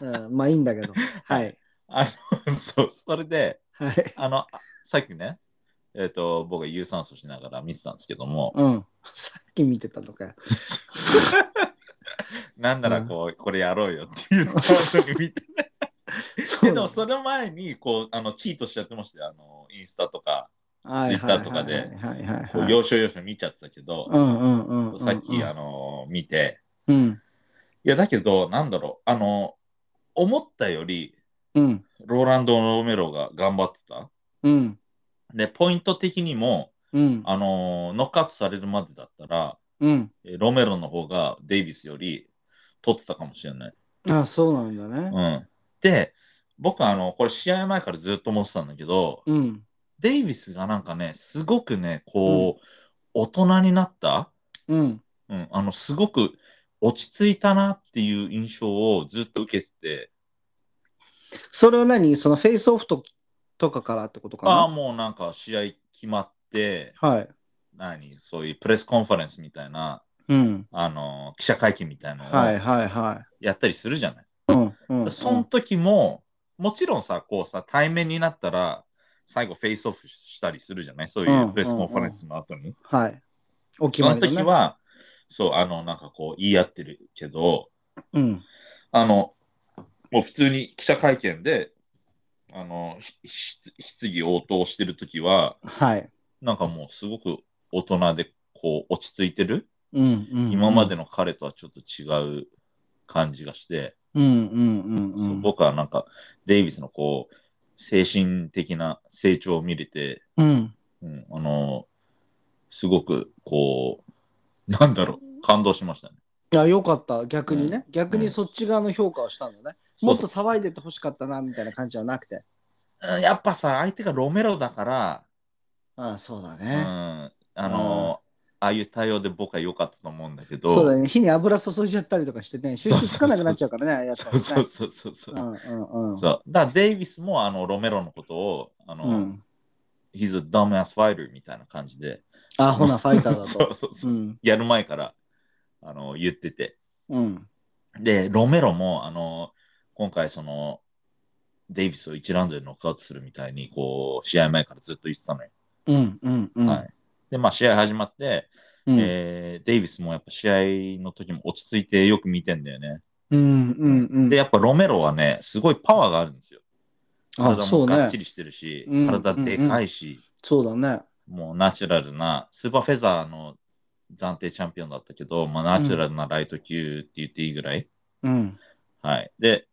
Speaker 2: ね、うん、まあいいんだけどはい
Speaker 1: あの、そう、それで、
Speaker 2: はい
Speaker 1: あの、あさっきね、えっ、と、僕は有酸素しながら見てたんですけども、
Speaker 2: うんさっき見てたのかよ
Speaker 1: なんならこう、これやろうよって言ったのに見てない。
Speaker 2: そ
Speaker 1: でも、その前に、こう、あの、チートしちゃってましたよ。あの、インスタとか、
Speaker 2: はいはい
Speaker 1: Twitter とかで
Speaker 2: はいはいはい
Speaker 1: こ
Speaker 2: は
Speaker 1: う、
Speaker 2: い
Speaker 1: 要所要所見ちゃってたけど、
Speaker 2: うんうんうんうん
Speaker 1: さっき、あの、見て、
Speaker 2: うん
Speaker 1: いや、だけど、なんだろう、あの、思ったより、
Speaker 2: うん
Speaker 1: ローランド・ロメロが頑張ってた。
Speaker 2: うん
Speaker 1: で、ポイント的にも、
Speaker 2: うん
Speaker 1: あのーノックアウトされるまでだったら、
Speaker 2: うん
Speaker 1: えーロメロの方がデイビスより取ってたかもしれない。
Speaker 2: あそうなんだね。
Speaker 1: うん、で、僕はあの、これ試合前からずっと思ってたんだけど、
Speaker 2: うん。
Speaker 1: デイビスがなんかね、すごくね、こう、大人になった、
Speaker 2: うん。
Speaker 1: うん、あの、すごく落ち着いたなっていう印象をずっと受けてて、
Speaker 2: それは何そのフェイスオフととかからってことか
Speaker 1: ああ、
Speaker 2: な
Speaker 1: もうなんか試合決まって、
Speaker 2: はい。
Speaker 1: 何、そういうプレスコンファレンスみたいな、
Speaker 2: うん。
Speaker 1: あのー記者会見みたいな
Speaker 2: はい
Speaker 1: のを
Speaker 2: はいは
Speaker 1: やったりするじゃない。
Speaker 2: い。うん。うん。
Speaker 1: その時も、もちろんさ、こうさ、対面になったら、最後フェイスオフしたりするじゃないそうい
Speaker 2: ん
Speaker 1: うプレスコンファレンスの後に。
Speaker 2: はい。お決
Speaker 1: そ
Speaker 2: ま
Speaker 1: の
Speaker 2: りだね
Speaker 1: 時、は、そう、あの、なんかこう、言い合ってるけど、
Speaker 2: うん。
Speaker 1: あの、もう普通に記者会見で、あの、ひひ質疑応答してる時は、
Speaker 2: はい。
Speaker 1: なんかもうすごく大人で、こう、落ち着いてる、
Speaker 2: うんうん、うん
Speaker 1: 今までの彼とはちょっと違う感じがして、
Speaker 2: うんうんうんう
Speaker 1: そうん僕はなんかデイビスのこう精神的な成長を見れて、
Speaker 2: うん
Speaker 1: うん、あのすごくこうなんだろう感動しましたね。
Speaker 2: いやよかった逆にね、逆にそっち側の評価をしたんだね、もっと
Speaker 1: そう
Speaker 2: 騒いでてほしかったなみたいな感じじゃなくて
Speaker 1: そううんやっぱさ相手がロメロだから、
Speaker 2: ああそうだ
Speaker 1: うん、
Speaker 2: ね、
Speaker 1: あのああいう対応で僕は良かったと思うんだけど
Speaker 2: そうだね火に油注いじゃったりとかしてね収集つかなくなっちゃうからねああやつは
Speaker 1: そ
Speaker 2: ね
Speaker 1: うそうそうそうそう
Speaker 2: うんうんうん
Speaker 1: そうだからデイビスもあのロメロのことをあの、
Speaker 2: うん、
Speaker 1: He's a dumbass fighter みたいな感じで
Speaker 2: アホなファイターだと
Speaker 1: そうそうそう、
Speaker 2: ん。
Speaker 1: やる前からあの言ってて
Speaker 2: うん。
Speaker 1: で、ロメロも、あの、今回その、デイビスを1ラウンドでノックアウトするみたいに、こう、試合前からずっと言ってたのよ。
Speaker 2: うんうんうん。
Speaker 1: はいで、まあ試合始まって、
Speaker 2: うん
Speaker 1: えーデイビスもやっぱ試合の時も落ち着いてよく見てんだよね。
Speaker 2: うんうんうん。
Speaker 1: で、やっぱロメロはね、すごいパワーがあるんですよ。
Speaker 2: あ、
Speaker 1: 体
Speaker 2: そ
Speaker 1: も
Speaker 2: う
Speaker 1: が
Speaker 2: ね
Speaker 1: っち。りしてるし、
Speaker 2: うん
Speaker 1: 体でかいし、
Speaker 2: そうだね。
Speaker 1: もうナチュラルな、スーパーフェザーの暫定チャンピオンだったけど、まあ、ナチュラルなライト級って言っていいぐらい。
Speaker 2: うん。
Speaker 1: はい。で、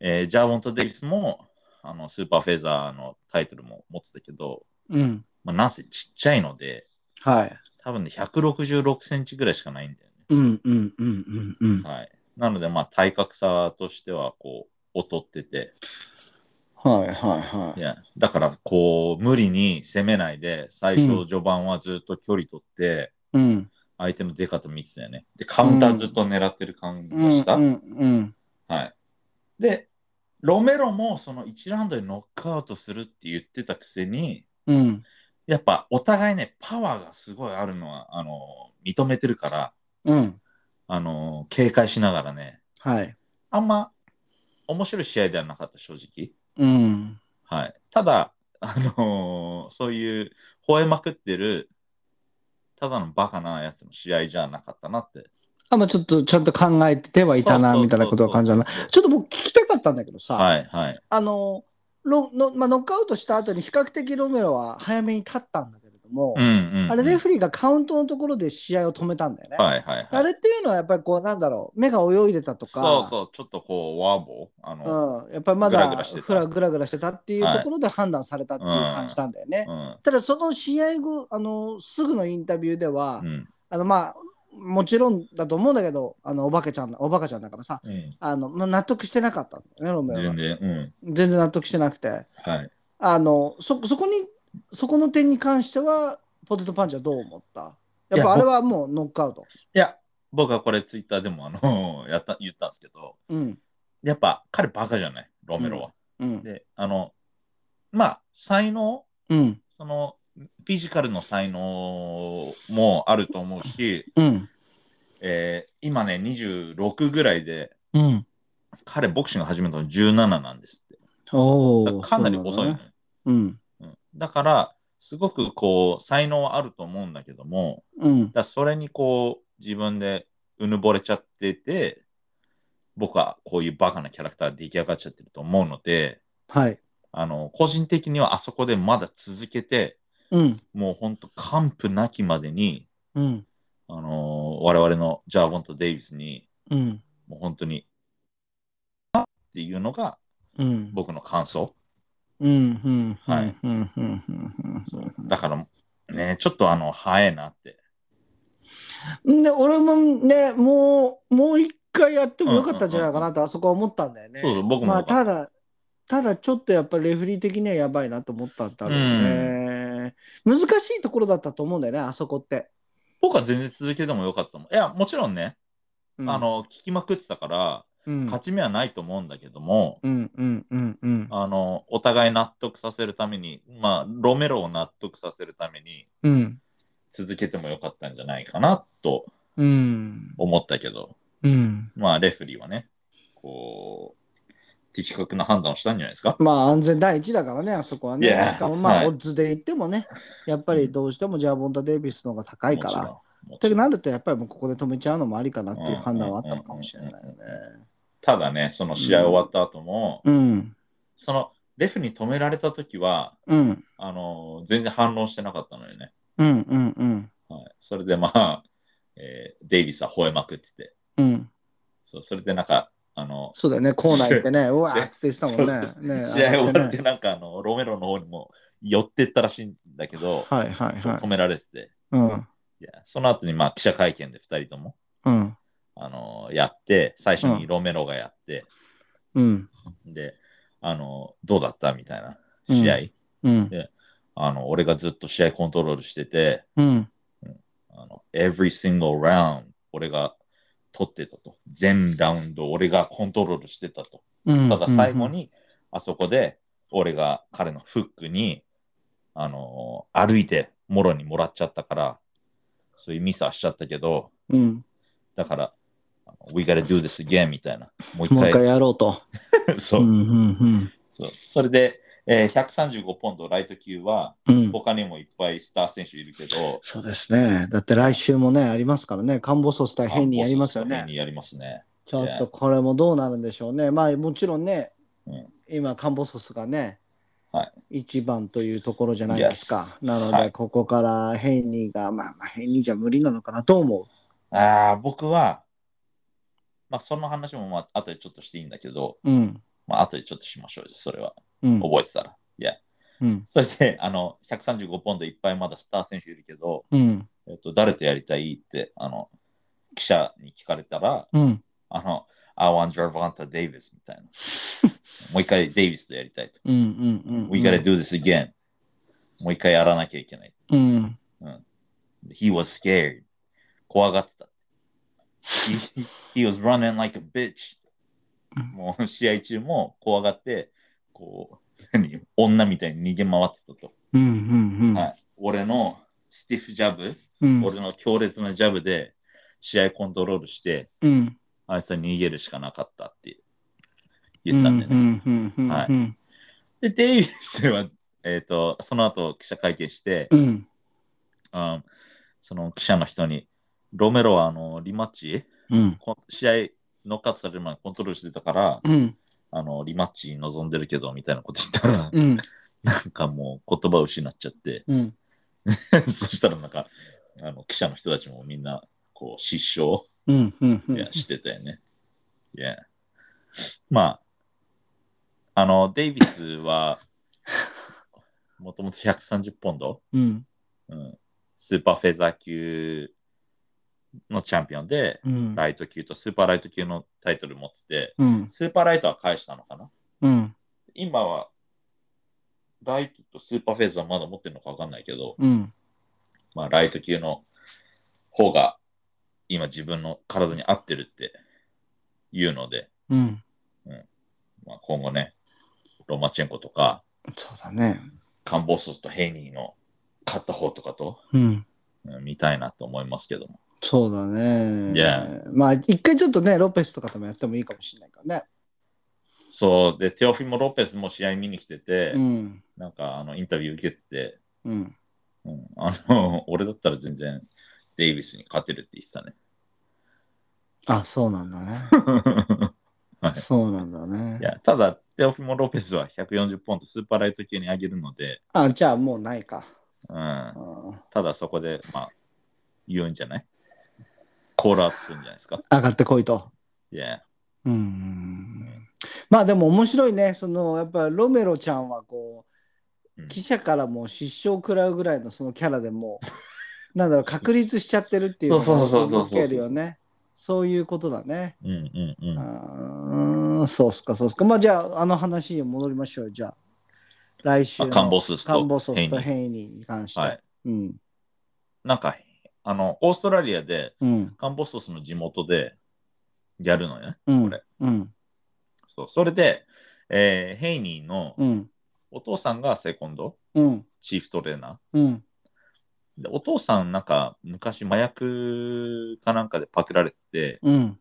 Speaker 1: えージャーボント・デイビスも、あの、スーパーフェザーのタイトルも持ってたけど、
Speaker 2: うん。
Speaker 1: まあ、なんせちっちゃいので、
Speaker 2: はい。
Speaker 1: 多分ね、166センチぐらいしかないんだよね。
Speaker 2: うんうんうんうんうん。
Speaker 1: はい。なので、まあ、体格差としては、こう、劣ってて、
Speaker 2: はいはいはいい。
Speaker 1: や、だから、こう、無理に攻めないで、最
Speaker 2: う
Speaker 1: 初、
Speaker 2: ん
Speaker 1: 序盤はずっと距離取って、
Speaker 2: うん。
Speaker 1: 相手の出方見てたよね。で、カウンターずっと狙ってる感じ
Speaker 2: うんう
Speaker 1: がした。
Speaker 2: んうん。
Speaker 1: はい。で、ロメロも、その1ラウンドでノックアウトするって言ってたくせに、
Speaker 2: うん。
Speaker 1: やっぱ、お互いね、パワーがすごいあるのは、あの、認めてるから、
Speaker 2: うん。
Speaker 1: あの、警戒しながらね、
Speaker 2: はい。
Speaker 1: あんま、面白い試合ではなかった、正直。
Speaker 2: うん。
Speaker 1: はい。ただ、 あのーそういう吠えまくってる、ただのバカなやつの試合じゃなかったなって。
Speaker 2: あ、まあちょっとちゃんと考えてはいたな、
Speaker 1: そう
Speaker 2: み
Speaker 1: そ
Speaker 2: た
Speaker 1: うそうそう
Speaker 2: いなことは感じたな。ちょっと僕聞きたかったんだけどさ、
Speaker 1: はいはい。
Speaker 2: あの、ロのまあ、ノックアウトした後に比較的ロメロは早めに立ったんだけれども、
Speaker 1: うんうん、うん。
Speaker 2: あれレフェリーがカウントのところで試合を止めたんだよね。
Speaker 1: はいはいはい。
Speaker 2: あれっていうのはやっぱりこうなんだろう目が泳いでたとか
Speaker 1: そうそう、ちょっとこう、ワーボーあの、
Speaker 2: うん、やっぱりま
Speaker 1: グラ
Speaker 2: だ
Speaker 1: グラしてた
Speaker 2: ふらぐらぐらしてたっていうところで判断されたっていう感じなんだよね。
Speaker 1: うん。
Speaker 2: ただその試合後あのすぐのインタビューでは、
Speaker 1: うん。
Speaker 2: あのまあもちろんだと思うんだけどあのおばけちゃんおばかちゃんだからさ
Speaker 1: うん。
Speaker 2: あの、まあ、納得してなかったんだよねロメロは
Speaker 1: 全然、うん。
Speaker 2: 全然納得してなくて
Speaker 1: はい。
Speaker 2: あのそそこにそこの点に関してはポテトパンチはどう思ったやっぱあれはもうノックアウト。
Speaker 1: いや、僕はこれツイッターでも、あの やった、言ったんですけど、
Speaker 2: うん
Speaker 1: やっぱ彼バカじゃない、ロメロは。
Speaker 2: うん
Speaker 1: で、あの、まあ、才能
Speaker 2: うん
Speaker 1: そのフィジカルの才能もあると思うし、
Speaker 2: うん
Speaker 1: えー今ね26ぐらいで
Speaker 2: うん
Speaker 1: 彼ボクシング始めたの17なんですって
Speaker 2: お
Speaker 1: だから
Speaker 2: ー
Speaker 1: かなり遅いのよ
Speaker 2: そうんだねうん
Speaker 1: うんだからすごくこう才能はあると思うんだけども
Speaker 2: うん
Speaker 1: だからそれにこう自分でうぬぼれちゃってて僕はこういうバカなキャラクターが出来上がっちゃってると思うので
Speaker 2: はい
Speaker 1: あの個人的にはあそこでまだ続けて
Speaker 2: うん
Speaker 1: もうほんと完膚なきまでに
Speaker 2: うん
Speaker 1: あのー我々のジャーボンとデイビスに、
Speaker 2: うん
Speaker 1: もう本当に、あっていうのが
Speaker 2: うん
Speaker 1: 僕の感想。
Speaker 2: うんうん
Speaker 1: はい
Speaker 2: うんうんうんうん
Speaker 1: そうだから、ね、ちょっとあの、早えなって。
Speaker 2: うんで俺もねもうもう一回やってもよかったんじゃないかなとあそこは思ったんだよね。
Speaker 1: そうそう僕も
Speaker 2: まあ
Speaker 1: よか
Speaker 2: ただただちょっとやっぱりレフェリー的にはやばいなと思ったんだろうね。難しいところだったと思うんだよねあそこって。
Speaker 1: 僕は全然続けてもよかったと思う。いや、もちろんね、
Speaker 2: うん
Speaker 1: あ、の、聞きまくってたから、
Speaker 2: うん、
Speaker 1: 勝ち目はないと思うんだけども、
Speaker 2: うんうんうんうん
Speaker 1: あの、お互い納得させるために、まあ、ロメロを納得させるために、
Speaker 2: うん
Speaker 1: 続けてもよかったんじゃないかなと
Speaker 2: うん
Speaker 1: 思ったけど、
Speaker 2: うん。
Speaker 1: まあ、レフェリーはね、こう、的確な判断をしたんじゃないですか。
Speaker 2: まあ安全第一だからね、あそこはいね。
Speaker 1: や
Speaker 2: しかもま
Speaker 1: は
Speaker 2: あ
Speaker 1: い
Speaker 2: オッズで言ってもね、やっぱりどうしてもジャーボンタ・デイビスの方が高いから。
Speaker 1: もち
Speaker 2: って
Speaker 1: ろん。もちろん
Speaker 2: なるとやっぱりもうここで止めちゃうのもありかなっていう判断はあったのかもしれないよね。
Speaker 1: ただね、その試合終わった後も、
Speaker 2: うん
Speaker 1: そのレフに止められた時は、
Speaker 2: うん
Speaker 1: あのー全然反論してなかったのよね。
Speaker 2: うんうんうん
Speaker 1: はい、それでまあ、えーデイビスは吠えまくってて、
Speaker 2: うん
Speaker 1: そうそれでなんか、あの
Speaker 2: そうだよね、コーナー行って ね、うわーっつって言ってたもん
Speaker 1: そう
Speaker 2: ね。ね
Speaker 1: 試合
Speaker 2: 上
Speaker 1: 終わ
Speaker 2: が
Speaker 1: っ
Speaker 2: っててね
Speaker 1: なんかあのロメロの方にも寄ってったらしいんだけど、
Speaker 2: はいはいは
Speaker 1: 止
Speaker 2: い。
Speaker 1: められてて、
Speaker 2: うん
Speaker 1: いやその後にまあ記者会見で2人とも、
Speaker 2: うん
Speaker 1: あのーやって、最初
Speaker 2: う
Speaker 1: に
Speaker 2: ん
Speaker 1: ロメロがやって、
Speaker 2: うん
Speaker 1: で、あのーどうだったみたいな試合。
Speaker 2: ううん
Speaker 1: あの、俺がずっと試合コントロールしてて、
Speaker 2: うん
Speaker 1: あの、every single round 俺が取ってたと。全ラウンド俺がコントロールしてたと。
Speaker 2: うん。
Speaker 1: ただ最後に、あそこで俺が彼のフックに、あの歩いてもろにもらっちゃったから、そういうミスはしちゃったけど、
Speaker 2: うん
Speaker 1: だから、あの We gotta do this again みたいな。もう一
Speaker 2: もう
Speaker 1: 回。
Speaker 2: 一回やろうと。
Speaker 1: そうう、
Speaker 2: んうん
Speaker 1: そう。それで、えー135ポンドライト級は、
Speaker 2: うん。うん。
Speaker 1: 他にもいっぱいスター選手いるけど、
Speaker 2: そうですね。だって来週もね、ありますからね。カンボソス対変にやりますよ
Speaker 1: 変
Speaker 2: ね。
Speaker 1: にやりますね。
Speaker 2: ちょっとこれもどうなるんでしょうね。まあもちろんね、
Speaker 1: うん
Speaker 2: 今カンボソスがね、
Speaker 1: は
Speaker 2: 一番というところじゃないですか。なので、
Speaker 1: はい
Speaker 2: ここからヘイニーが、まあまあヘイニーじゃ無理なのかなと思う。
Speaker 1: ああ、僕は、まあ、その話も、まあ、後でちょっとしていいんだけど、
Speaker 2: うん。
Speaker 1: まあ、後でちょっとしましょうよそれは。
Speaker 2: うん。
Speaker 1: 覚えてたら。いや。
Speaker 2: うん。
Speaker 1: そして、あの、135ポンドいっぱいまだスター選手いるけど、
Speaker 2: うん。
Speaker 1: えっと、誰とやりたいって、あの、記者に聞かれたら、
Speaker 2: うん。
Speaker 1: あの、I want Javanta Davis みたい な。もう一回デイビスとやりたいと。
Speaker 2: うん。うん。うん。
Speaker 1: We gotta do this again. もう一回やらなきゃいけない。
Speaker 2: うん。
Speaker 1: He was scared. 怖がってた。He, he was running like a bitch. もう試合中も怖がって、こう、何女みたいに逃げ回ってたと。
Speaker 2: うん。うん。
Speaker 1: はい、俺のスティフジャブ、
Speaker 2: うん。
Speaker 1: 俺の強烈なジャブで試合コントロールして、
Speaker 2: うん。
Speaker 1: あいつは逃げるしかなかったって
Speaker 2: う
Speaker 1: 言ってたんでね。
Speaker 2: ん。うん。うん。
Speaker 1: はい
Speaker 2: うん。
Speaker 1: で、デイビスは、えっ、と、その後記者会見して、
Speaker 2: うん。
Speaker 1: あその記者の人に、ロメロはあのリマッチ、
Speaker 2: うん。
Speaker 1: こん試合ノックアウトされる前にコントロールしてたから、
Speaker 2: うん。
Speaker 1: あのリマッチに臨んでるけどみたいなこと言ったら、
Speaker 2: うん。
Speaker 1: なんかもう言葉を失っちゃって、
Speaker 2: うん。
Speaker 1: そしたらなんかあの記者の人たちもみんなこう失笑
Speaker 2: うん。うん。
Speaker 1: いやしてたよね。いや。まあ、あの、デイビスは、もともと130ポンド、
Speaker 2: うん。
Speaker 1: うんスーパーフェザー級のチャンピオンで、
Speaker 2: うん。
Speaker 1: ライト級とスーパーライト級のタイトル持ってて、
Speaker 2: うん。
Speaker 1: スーパーライトは返したのかな
Speaker 2: うん。
Speaker 1: 今は、ライトとスーパーフェザーまだ持ってるのか分かんないけど、
Speaker 2: うん。
Speaker 1: まあ、ライト級の方が今自分の体に合ってるっていうので、
Speaker 2: うん。
Speaker 1: まあ、今後ね、ロマチェンコとか、
Speaker 2: そうだね。
Speaker 1: カンボソスとヘイニーの勝った方とかと、
Speaker 2: うん。
Speaker 1: うん見たいなと思いますけども。
Speaker 2: そうだね。
Speaker 1: Yeah.
Speaker 2: まあ、一回ちょっとね、ロペスとかともやってもいいかもしれないからね。
Speaker 1: そう、で、テオフィモ・ロペスも試合見に来てて、
Speaker 2: うん。
Speaker 1: なんかあのインタビュー受けてて、
Speaker 2: うん。
Speaker 1: うん、あの、俺だったら全然デイビスに勝てるって言ってた
Speaker 2: あ、そうなんだ ね。
Speaker 1: ね。
Speaker 2: そうなんだ
Speaker 1: い
Speaker 2: ね。
Speaker 1: や、ただ、テオフィモ・ロペスは140ポンドスーパーライト級に上げるので、
Speaker 2: あ、じゃあもうないか。
Speaker 1: うん
Speaker 2: う、ん
Speaker 1: ただそこで、まあ、言うんじゃないコールアウトするんじゃないですか。
Speaker 2: 上がってこいと。
Speaker 1: いや、
Speaker 2: うん。まあでも面白いね。その、やっぱロメロちゃんはこ
Speaker 1: う
Speaker 2: う、
Speaker 1: ん
Speaker 2: 記者からもう失笑食らうぐらいのそのキャラでもう、 なんだろう、確立しちゃってるっていうのが
Speaker 1: そうそうそうそうそう
Speaker 2: 受けるよね。そういうことだね。
Speaker 1: うんうんうん。
Speaker 2: あーそうっすか、そうっすか。まあじゃあ、あの話に戻りましょう。じゃあ、来週
Speaker 1: まあ
Speaker 2: の
Speaker 1: カンボスス
Speaker 2: カンボ
Speaker 1: と
Speaker 2: ソ
Speaker 1: ヘイ
Speaker 2: ス
Speaker 1: ニ
Speaker 2: と
Speaker 1: ー。
Speaker 2: 変異に関して。
Speaker 1: はい。
Speaker 2: うん。
Speaker 1: なんか、あの、オーストラリアで、
Speaker 2: うん。
Speaker 1: カンボソスの地元でやるのよね。
Speaker 2: うん
Speaker 1: これ。
Speaker 2: うん。
Speaker 1: そう、それで、えーヘイニーの
Speaker 2: うん。
Speaker 1: お父さんがセコンド、
Speaker 2: うん。
Speaker 1: チーフトレーナ
Speaker 2: うん。
Speaker 1: ー。で、お父さんなんか昔麻薬かなんかでパクられてて、
Speaker 2: うん。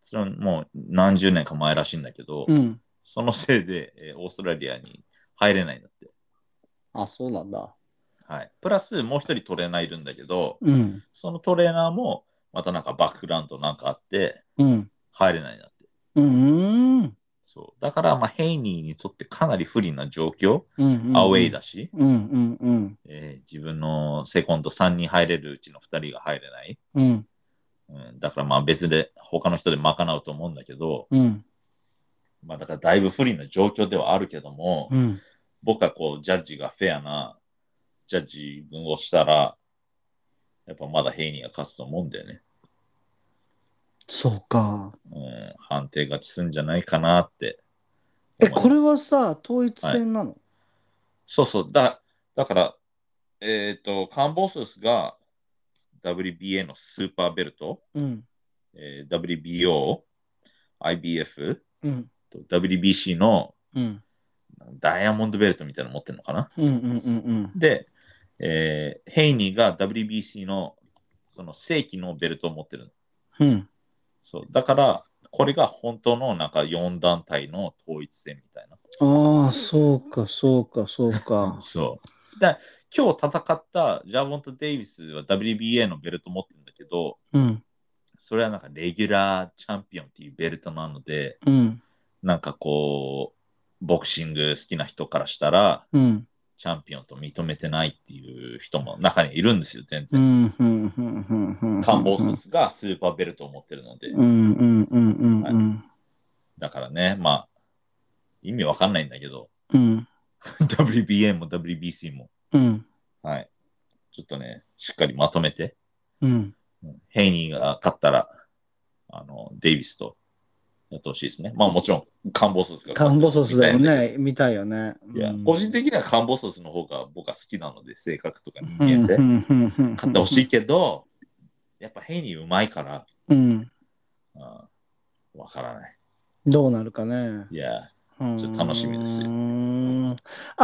Speaker 1: それはもう何十年か前らしいんだけど、
Speaker 2: うん。
Speaker 1: そのせいで、えーオーストラリアに入れないんだって。
Speaker 2: あ、そうなんだ。
Speaker 1: はい。プラスもう一人トレーナーいるんだけど、
Speaker 2: うん。
Speaker 1: そのトレーナーもまたなんかバックグラウンドなんかあって、
Speaker 2: うん。
Speaker 1: 入れないんだって。
Speaker 2: うん。うん。
Speaker 1: そう。だから、まあ、ヘイニーにとってかなり不利な状況、
Speaker 2: うん。
Speaker 1: アウェイだ。し、
Speaker 2: うん。うん。うん。
Speaker 1: えー自分のセコンド3人入れるうちの2人が入れない。
Speaker 2: うん。
Speaker 1: うん、だからまあ別で他の人で賄うと思うんだけど、
Speaker 2: うん。
Speaker 1: まあだからだいぶ不利な状況ではあるけども、
Speaker 2: うん。
Speaker 1: 僕はこうジャッジがフェアなジャッジ分をしたら、やっぱまだヘイニーが勝つと思うんだよね。
Speaker 2: そうか。
Speaker 1: うん、判定勝ちすんじゃないかなって。
Speaker 2: え、これ
Speaker 1: 思います
Speaker 2: はさ、統一戦なの
Speaker 1: そうそう。だだから、えっ、と、カンボソスが WBA のスーパーベルト、
Speaker 2: うん。
Speaker 1: えー WBO、IBF
Speaker 2: うん。
Speaker 1: と WBC の
Speaker 2: うん。
Speaker 1: ダイヤモンドベルトみたいなの持ってるのかな
Speaker 2: うん。うん。うん。
Speaker 1: で、えーヘイニーが WBC のその正規のベルトを持ってるの。
Speaker 2: うん。
Speaker 1: そうだから、これが本当のなんか4団体の統一戦みたいな。。
Speaker 2: ああ、そうか、そうか、そうか
Speaker 1: そう。だ今日戦ったジャーボント・デイビスは WBA のベルト持ってるんだけど、
Speaker 2: うん、
Speaker 1: それはなんかレギュラーチャンピオンっていうベルトなので、
Speaker 2: うん、
Speaker 1: なんかこう、ボクシング好きな人からしたら、
Speaker 2: うん、
Speaker 1: チャンピオンと認めてないっていう人も中にいるんですよ、全
Speaker 2: うん、う
Speaker 1: 然。
Speaker 2: ん、うん、うん、うん。
Speaker 1: カンボースがスーパーベルトを持ってるので、
Speaker 2: うん、うん、うん、うん、うん。
Speaker 1: だからね、まあ、意味わかんないんだけど、
Speaker 2: うん、
Speaker 1: WBA も WBC も、
Speaker 2: うん、
Speaker 1: はい。ちょっとね、しっかりまとめて、
Speaker 2: うん。
Speaker 1: うんヘイニーが勝ったら、あの、デイビスとやってほしいですね。まあもちろん、カンボースが
Speaker 2: カンボソスだよ
Speaker 1: 勝ったら見たいんだ
Speaker 2: ね、
Speaker 1: け
Speaker 2: 見たいよね。
Speaker 1: ど。いや
Speaker 2: う、ん
Speaker 1: 個人的にはカンボースの方が僕は好きなので、性格とか人
Speaker 2: うん、
Speaker 1: 間性。
Speaker 2: うん、うん、
Speaker 1: 勝ってほし
Speaker 2: い。
Speaker 1: いけど、やっぱヘイニーうまいから、
Speaker 2: うん、
Speaker 1: うんわからない。
Speaker 2: どうなるかね。
Speaker 1: いや、
Speaker 2: ち
Speaker 1: ょっと楽しみですよ
Speaker 2: あ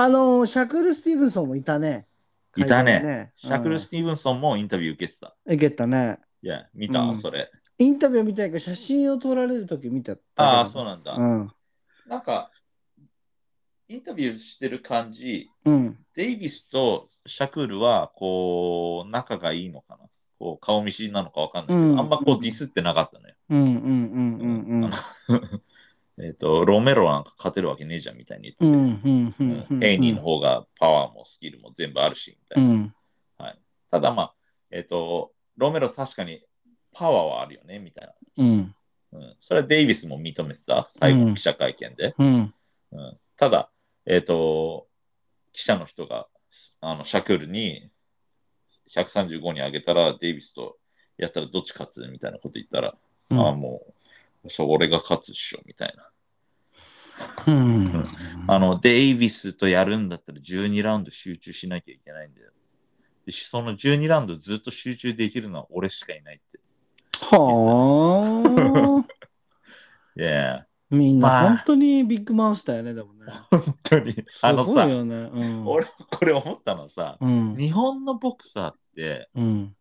Speaker 2: の、シャクル・スティーブンソンもいたね。
Speaker 1: いたね
Speaker 2: 会場に
Speaker 1: シャクル・ス
Speaker 2: テ
Speaker 1: ティーブンソンもインタビュー受けてた。
Speaker 2: ィーブン。いけたね。
Speaker 1: いや、見た、
Speaker 2: うん
Speaker 1: それ。
Speaker 2: インタビューみたいけど、写真を撮られるとき見た。
Speaker 1: ああ、そう
Speaker 2: う
Speaker 1: なんだ。
Speaker 2: うん。
Speaker 1: なんか、インタビューしてる感じ、
Speaker 2: うん。
Speaker 1: デイビスとシャクールは、こう、仲がいいのかなこう顔見知りなのかわかんないけど、
Speaker 2: うん
Speaker 1: あんまこうディスってなかったね。
Speaker 2: うんうんうんうんうん。
Speaker 1: えっと、ロメロなんか勝てるわけねえじゃんみたいに言って
Speaker 2: う
Speaker 1: て、
Speaker 2: んうんう
Speaker 1: うん
Speaker 2: うん。
Speaker 1: ヘイニーの方がパワーもスキルも全部あるし、みた
Speaker 2: う
Speaker 1: いな。
Speaker 2: ん。
Speaker 1: ただまあ、えっ、と、ロメロ確かにパワーはあるよね、みたいな。
Speaker 2: うん。
Speaker 1: うん、それはデイビスも認めてた、最後の記者会見で。
Speaker 2: うん。
Speaker 1: うんただ、えっ、と、記者の人が、あの、シャクールに135に上げたら、デイビスとやったらどっち勝つみたいなこと言ったら、ああ、もう、そう俺が勝つっしょ、みたいな。
Speaker 2: うん。
Speaker 1: あの、デイビスとやるんだったら12ラウンド集中しなきゃいけないんだよ。でその12ラウンドずっと集中できるのは俺しかいないって。
Speaker 2: はあ。
Speaker 1: いや、
Speaker 2: みん
Speaker 1: まあ
Speaker 2: な本当にビッグマウスだよね、でもね。
Speaker 1: 本当に。
Speaker 2: す
Speaker 1: あの
Speaker 2: ご
Speaker 1: さ
Speaker 2: い、よね。うん。
Speaker 1: 俺、これ思ったのさ、
Speaker 2: うん。
Speaker 1: 日本のボクサーって、
Speaker 2: うん。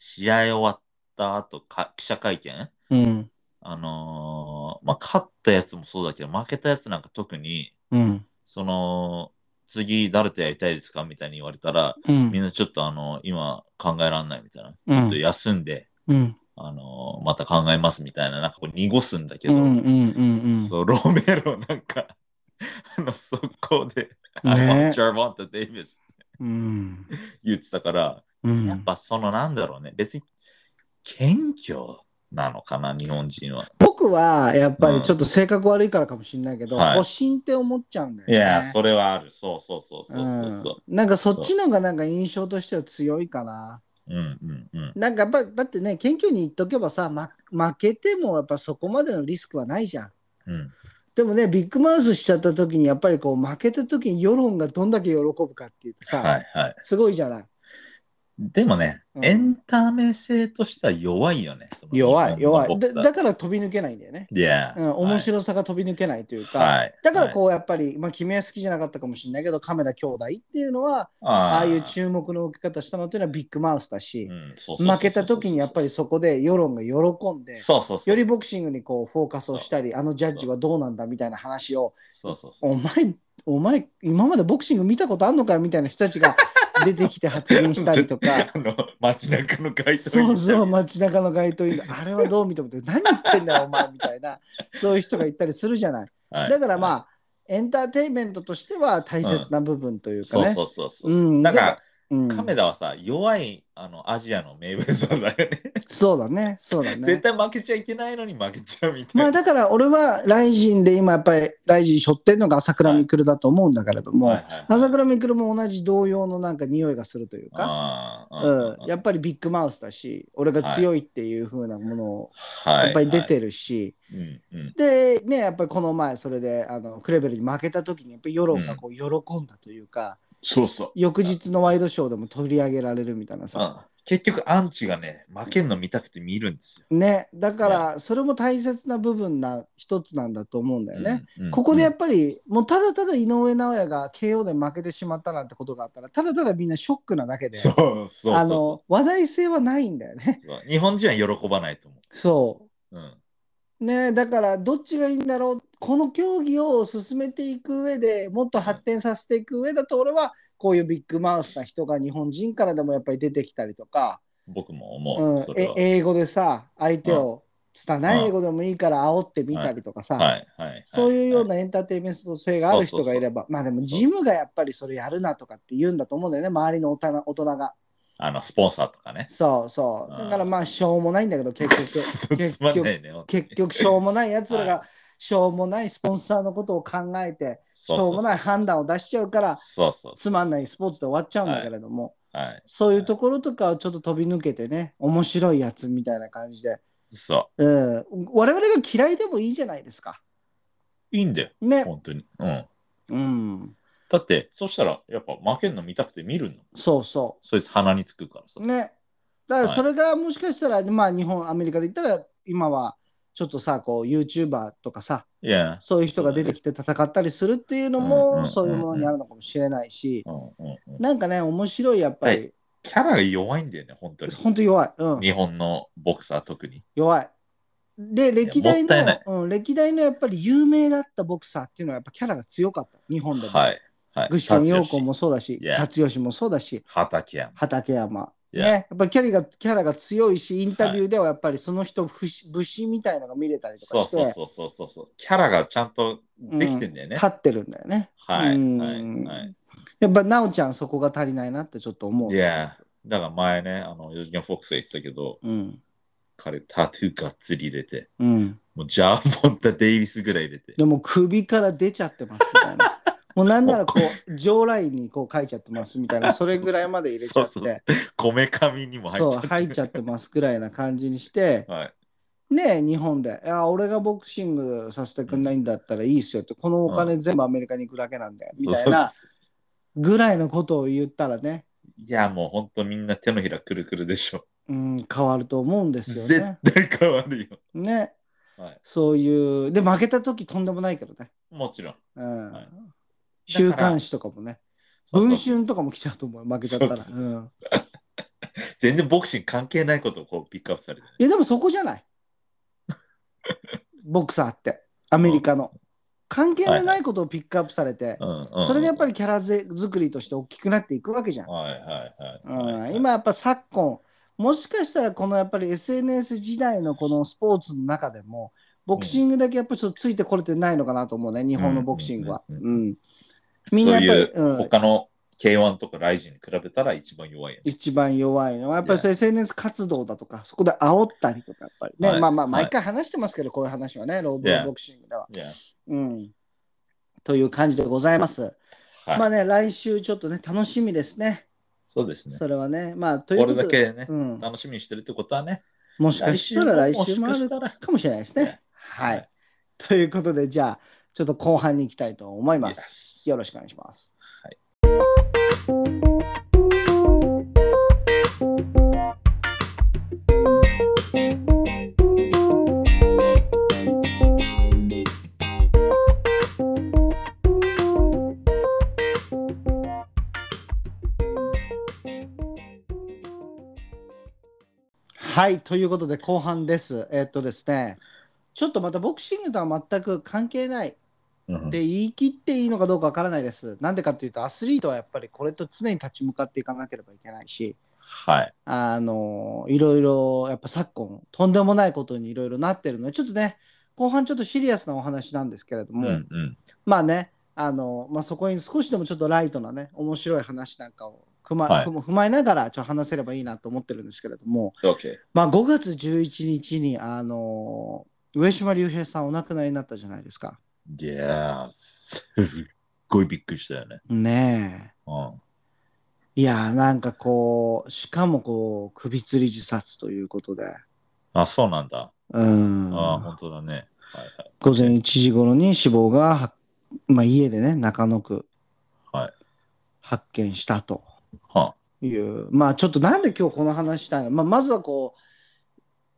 Speaker 1: 試合終わった後か記者会見、
Speaker 2: うん。
Speaker 1: あのーまあ、勝ったやつもそうだけど、負けたやつなんか特に、
Speaker 2: うん。
Speaker 1: その、次誰とやりたいですかみたいに言われたら、
Speaker 2: うん
Speaker 1: みんなちょっとあの、今考えらんないみたいな。
Speaker 2: う
Speaker 1: ちょっと
Speaker 2: ん。
Speaker 1: 休んで、
Speaker 2: うん。
Speaker 1: あのーまた考えますみたいな、なんかこう濁すんだけ
Speaker 2: う
Speaker 1: ど、
Speaker 2: んうんうん
Speaker 1: そう、ロメロなんか、 あの、速攻で、
Speaker 2: うん。
Speaker 1: I want
Speaker 2: ね
Speaker 1: Gervonta Davis って
Speaker 2: うん。
Speaker 1: 言ってたから、
Speaker 2: う
Speaker 1: やっ
Speaker 2: ん。
Speaker 1: ぱそのなんだろうね、別に謙虚なのかな、日本人は。
Speaker 2: 僕はやっぱりちょっと性格悪いからかもしれないけど、
Speaker 1: はい
Speaker 2: 保身って思っちゃうんだよ
Speaker 1: い
Speaker 2: ね。
Speaker 1: やー、それはある。そうそうそうそうそううそ
Speaker 2: んなんかそっちの方がなんか印象としては強いかな。
Speaker 1: う。うんうんうん。
Speaker 2: なんかやっぱだってね謙虚に言っとけばさ、ま、負けてもやっぱそこまでのリスクはないじゃん。
Speaker 1: うん、
Speaker 2: でもねビッグマウスしちゃった時にやっぱりこう負けた時に世論がどんだけ喜ぶかっていうとさ、
Speaker 1: はいはい。
Speaker 2: すごいじゃない。
Speaker 1: でもね、
Speaker 2: うん
Speaker 1: エンタメ性としては弱いよね。その
Speaker 2: 弱い
Speaker 1: 日本
Speaker 2: 弱
Speaker 1: の
Speaker 2: い
Speaker 1: ボク
Speaker 2: だ。
Speaker 1: サー
Speaker 2: だから飛び抜けないんだよね。
Speaker 1: いやー、
Speaker 2: うん、面白さが飛び抜けないというか、
Speaker 1: はい。
Speaker 2: だからこうやっぱり、まあ、君は好きじゃなかったかもしれないけどカメラ兄弟っていうのは
Speaker 1: う、あ
Speaker 2: ああいう注目の受け方したのっていうのはビッグマウスだし、負
Speaker 1: 負
Speaker 2: けた時にやっぱりそこで世論が喜んで、
Speaker 1: そうそうそう。
Speaker 2: よりボクシングにこうフォーカスをしたり、あのジャッジはどうなんだみたいな話を、
Speaker 1: そうそうそう。
Speaker 2: お前、お前、今までボクシング見たことあんのかよみたいな人たち が出てきて発言したりとか。
Speaker 1: あの、街中の街頭
Speaker 2: そうそう、
Speaker 1: ま、
Speaker 2: 街中の街頭イン あれはどう見てもって、何言ってんだよ、お前みたいな、そういう人が言ったりするじゃない。
Speaker 1: はい
Speaker 2: だからまあ、、エンターテインメントとしては大切な部分というか
Speaker 1: そう
Speaker 2: ね。
Speaker 1: そうそうそう。
Speaker 2: うん
Speaker 1: だから、
Speaker 2: うん
Speaker 1: カメラはさ、弱いあのアジアのメイウェザーだよね。
Speaker 2: そうだね、そうだね。
Speaker 1: 絶対負けちゃいけないのに負けちゃうみたいな。
Speaker 2: まあだから俺はライジンで今やっぱりライジン背負ってんのが朝倉未来だと思うんだけれども、
Speaker 1: はいはいはい
Speaker 2: 朝倉未来も同じ同様のなんか匂いがするというか、
Speaker 1: あー
Speaker 2: うん、や
Speaker 1: っ
Speaker 2: っぱりビッグマウスだし俺が強いっていう風なものを
Speaker 1: ぱ
Speaker 2: やっぱり出てるし、
Speaker 1: うんうん
Speaker 2: でねやっぱりこの前それであのクレベルに負けた時にやっぱり世論がこう喜んだというか、
Speaker 1: そうそう。
Speaker 2: 翌日のワイドショーでも取り上げられるみたいなさ、
Speaker 1: あ結局、アンチがね、負けんの見たくて見るんですよ。
Speaker 2: ねだからそれも大切な部分な一つなんだと思うんだよね。
Speaker 1: うんうん
Speaker 2: ここでやっぱり、もうただただ井上尚弥が KO で負けてしまったなんてことがあったら、ただただみんなショックなだけで、
Speaker 1: そうそうそうそう
Speaker 2: あの話題性はないんだよね。
Speaker 1: そう日本人は喜ばないと思
Speaker 2: そう。
Speaker 1: うん。
Speaker 2: ねえだからどっちがいいんだろうこの競技を進めていく上でもっと発展させていく上だと俺はこういうビッグマウスな人が日本人からでもやっぱり出てきたりとか、
Speaker 1: 僕も
Speaker 2: う
Speaker 1: 思
Speaker 2: ん
Speaker 1: う。そ、れ
Speaker 2: え
Speaker 1: は。
Speaker 2: 英語でさ相手を拙い英語でもいいから煽ってみたりとかさ、
Speaker 1: はいはいはい。
Speaker 2: そういうよう
Speaker 1: は
Speaker 2: なエンターテインメント性がある人がいれば、まあでもジムがやっぱりそれやるなとかって言うんだと思うんだよね、周りの大人大人が。
Speaker 1: あの、スポンサーとかね。
Speaker 2: そうそう。
Speaker 1: あー
Speaker 2: だからまあしょうもないんだけど、結
Speaker 1: つ
Speaker 2: 局、結
Speaker 1: まんな
Speaker 2: 局、
Speaker 1: いね。
Speaker 2: 結局しょうもないやつら
Speaker 1: は
Speaker 2: が、しょうもないスポンサーのことを考えて、し
Speaker 1: し
Speaker 2: ょうもない判断を出しちゃうから、
Speaker 1: そうそう。。
Speaker 2: つまんないいスポーツで終わっちゃうんだけれども、
Speaker 1: はい。
Speaker 2: そういうところとかをちょっと飛び抜けてね、面白いやつみたいな感じで、
Speaker 1: そ
Speaker 2: うん、我々が嫌いでもいいじゃないですか。
Speaker 1: う。いいんだよ。
Speaker 2: ね。
Speaker 1: 本当に。うん。
Speaker 2: うん。
Speaker 1: だって、そしたら、やっぱ負けんの見たくて見るの。
Speaker 2: そうそう。
Speaker 1: そいつ鼻につくからさ。
Speaker 2: ね。だから
Speaker 1: はい
Speaker 2: それがもしかしたら、まあ日本、アメリカで言ったら、今はちょっとさ、こう YouTuber とかさ、
Speaker 1: いや。
Speaker 2: そういう人が出てきて戦ったりするっていうの
Speaker 1: うんうんうんう
Speaker 2: も、
Speaker 1: ん
Speaker 2: そういうものにあるのかもしれないし、
Speaker 1: うんうんうん。
Speaker 2: なんかね、面白い、やっぱり、
Speaker 1: キャラが弱いんだよね、本当に。
Speaker 2: 本当弱い。うん、
Speaker 1: 日本のボクサー特に。
Speaker 2: 弱い。で、歴代
Speaker 1: もったいな
Speaker 2: の
Speaker 1: い、
Speaker 2: うん、歴代のやっぱり有名だったボクサーっていうのは、やっぱキャラが強かった、日本でも。
Speaker 1: はい。はい。
Speaker 2: 具志堅用高もそうだし、
Speaker 1: Yeah
Speaker 2: 辰吉もそうだし、
Speaker 1: 畠山。
Speaker 2: 畠山。
Speaker 1: Yeah
Speaker 2: ね、やっぱりキャリがキャラが強いし、インタビューではやっぱりその人、不死武士みたいのが見れたりと
Speaker 1: そ
Speaker 2: か
Speaker 1: う
Speaker 2: して、
Speaker 1: そうそうそうそうそう。キャラがちゃんとできてんだよね。
Speaker 2: 立ってるんだよね。
Speaker 1: はい。
Speaker 2: うん
Speaker 1: はい。はい。
Speaker 2: やっぱなおちゃん、そこが足りないなってちょっと思う。
Speaker 1: いや、だから前ね、あの、4次元フォックスが言ってたけど、
Speaker 2: うん。
Speaker 1: 彼、タトゥーがっつり入れて、
Speaker 2: うん。
Speaker 1: もうジャーボンタ・デイビスぐらい入れて、
Speaker 2: でも首から出ちゃってますみたい な。もうなんならこう、上ラインにこう書いちゃってますみたい な、それぐらいまで入れちゃって、
Speaker 1: そうそうこめかみにも入っち
Speaker 2: そ
Speaker 1: ゃっ
Speaker 2: う、
Speaker 1: て。
Speaker 2: 入っちゃってますぐらいな感じにして、
Speaker 1: はい。
Speaker 2: ねえ、日本で、いや、俺がボクシングさせてくんないんだったらいいっすよって、このお金全部アメリカに行くだけなんだよ、みたいな
Speaker 1: そうそうそう
Speaker 2: ぐらいのことを言ったらね、
Speaker 1: いや、もう本当みんな手のひらくるくるでしょ。
Speaker 2: うん、変わると思うんですよ
Speaker 1: 絶
Speaker 2: ね。
Speaker 1: 対変わるよ。
Speaker 2: ね。
Speaker 1: はい。
Speaker 2: そういう、で、負けた時とんでもないけどね。
Speaker 1: もちろん。
Speaker 2: うん
Speaker 1: はい
Speaker 2: 週刊誌とかもね、文春とかも来ちゃうと思うよ、負けちゃったら。
Speaker 1: そうそうそう
Speaker 2: うん
Speaker 1: 全然ボクシング関係ないことをこうピックアップされてね、
Speaker 2: いや、でもそこじ ゃない。ボクサーって、アメリカの。関係のないことをピックアップされて、
Speaker 1: うんうん
Speaker 2: それがやっぱりキャラぜ作りとして大きくなっていくわけじゃん。
Speaker 1: はいはいはい、
Speaker 2: う
Speaker 1: は
Speaker 2: ん
Speaker 1: い、
Speaker 2: 今やっぱ昨今もしかしたらこのやっぱり SNS 時代のこのスポーツの中でもボクシングだけやっぱちょっとついてこれてないのかなと思うね日本のボクシングは。
Speaker 1: うん
Speaker 2: うんみんなやっぱり、
Speaker 1: そういううん他の K1 とかライジンに比べたら一番弱いよね。
Speaker 2: 一番弱いのはやっぱりそう SNS 活動だとかそこで煽ったりとかやっぱりね、
Speaker 1: はい
Speaker 2: まあまあ
Speaker 1: はい
Speaker 2: 毎回話してますけど、こういう話はねローブ
Speaker 1: Yeah
Speaker 2: ボクシングでは。
Speaker 1: いや
Speaker 2: うんという感じでございます。
Speaker 1: はい
Speaker 2: まあね来週ちょっとね楽しみですね。
Speaker 1: そうですね。
Speaker 2: それはねまあと
Speaker 1: こ
Speaker 2: いう
Speaker 1: れ
Speaker 2: こ
Speaker 1: だ
Speaker 2: とで。
Speaker 1: けね、
Speaker 2: うん、
Speaker 1: 楽しみにしてるってことはね、
Speaker 2: もしかしたら来週もあ
Speaker 1: もしかし
Speaker 2: る
Speaker 1: たら
Speaker 2: かもしれないですね
Speaker 1: ね。
Speaker 2: は。
Speaker 1: はい
Speaker 2: ということで、じゃあ、ちょっと後半に行きたいと思いま
Speaker 1: Yes
Speaker 2: す。よろしくお願いします。
Speaker 1: はい
Speaker 2: はい、ということで後半です。えっとですね、ちょっとまたボクシングとは全く関係ない
Speaker 1: うん
Speaker 2: で言い切っていいのかどうかわからないです。なんでかっていうと、アスリートはやっぱりこれと常に立ち向かっていかなければいけないし、
Speaker 1: はい。
Speaker 2: あのいろいろやっぱ昨今とんでもないことにいろいろなってるのでちょっとね後半ちょっとシリアスなお話なんですけれど
Speaker 1: うん
Speaker 2: も、
Speaker 1: うん。
Speaker 2: まあねあの、まあ、そこに少しでもちょっとライトなね面白い話なんかを踏ま,、
Speaker 1: はい
Speaker 2: 踏まえながらちょっと話せればいいなと思ってるんですけれども、
Speaker 1: OK。
Speaker 2: まあ、5月11日にあの上島竜兵さんお亡くなりになったじゃないですか。
Speaker 1: いやー、すっごいびっくりしたよね。
Speaker 2: ね
Speaker 1: う
Speaker 2: え。
Speaker 1: ん。
Speaker 2: いやーなんかこうしかもこう首吊り自殺ということで。
Speaker 1: あ、そうなんだ。
Speaker 2: うん
Speaker 1: あー、本当だね。はいはい。
Speaker 2: 午前1時頃に死亡が発、まあ、家でね中野区
Speaker 1: はい
Speaker 2: 発見したと
Speaker 1: は
Speaker 2: いう、まあちょっとなんで今日この話したいの、まあ、まずはこ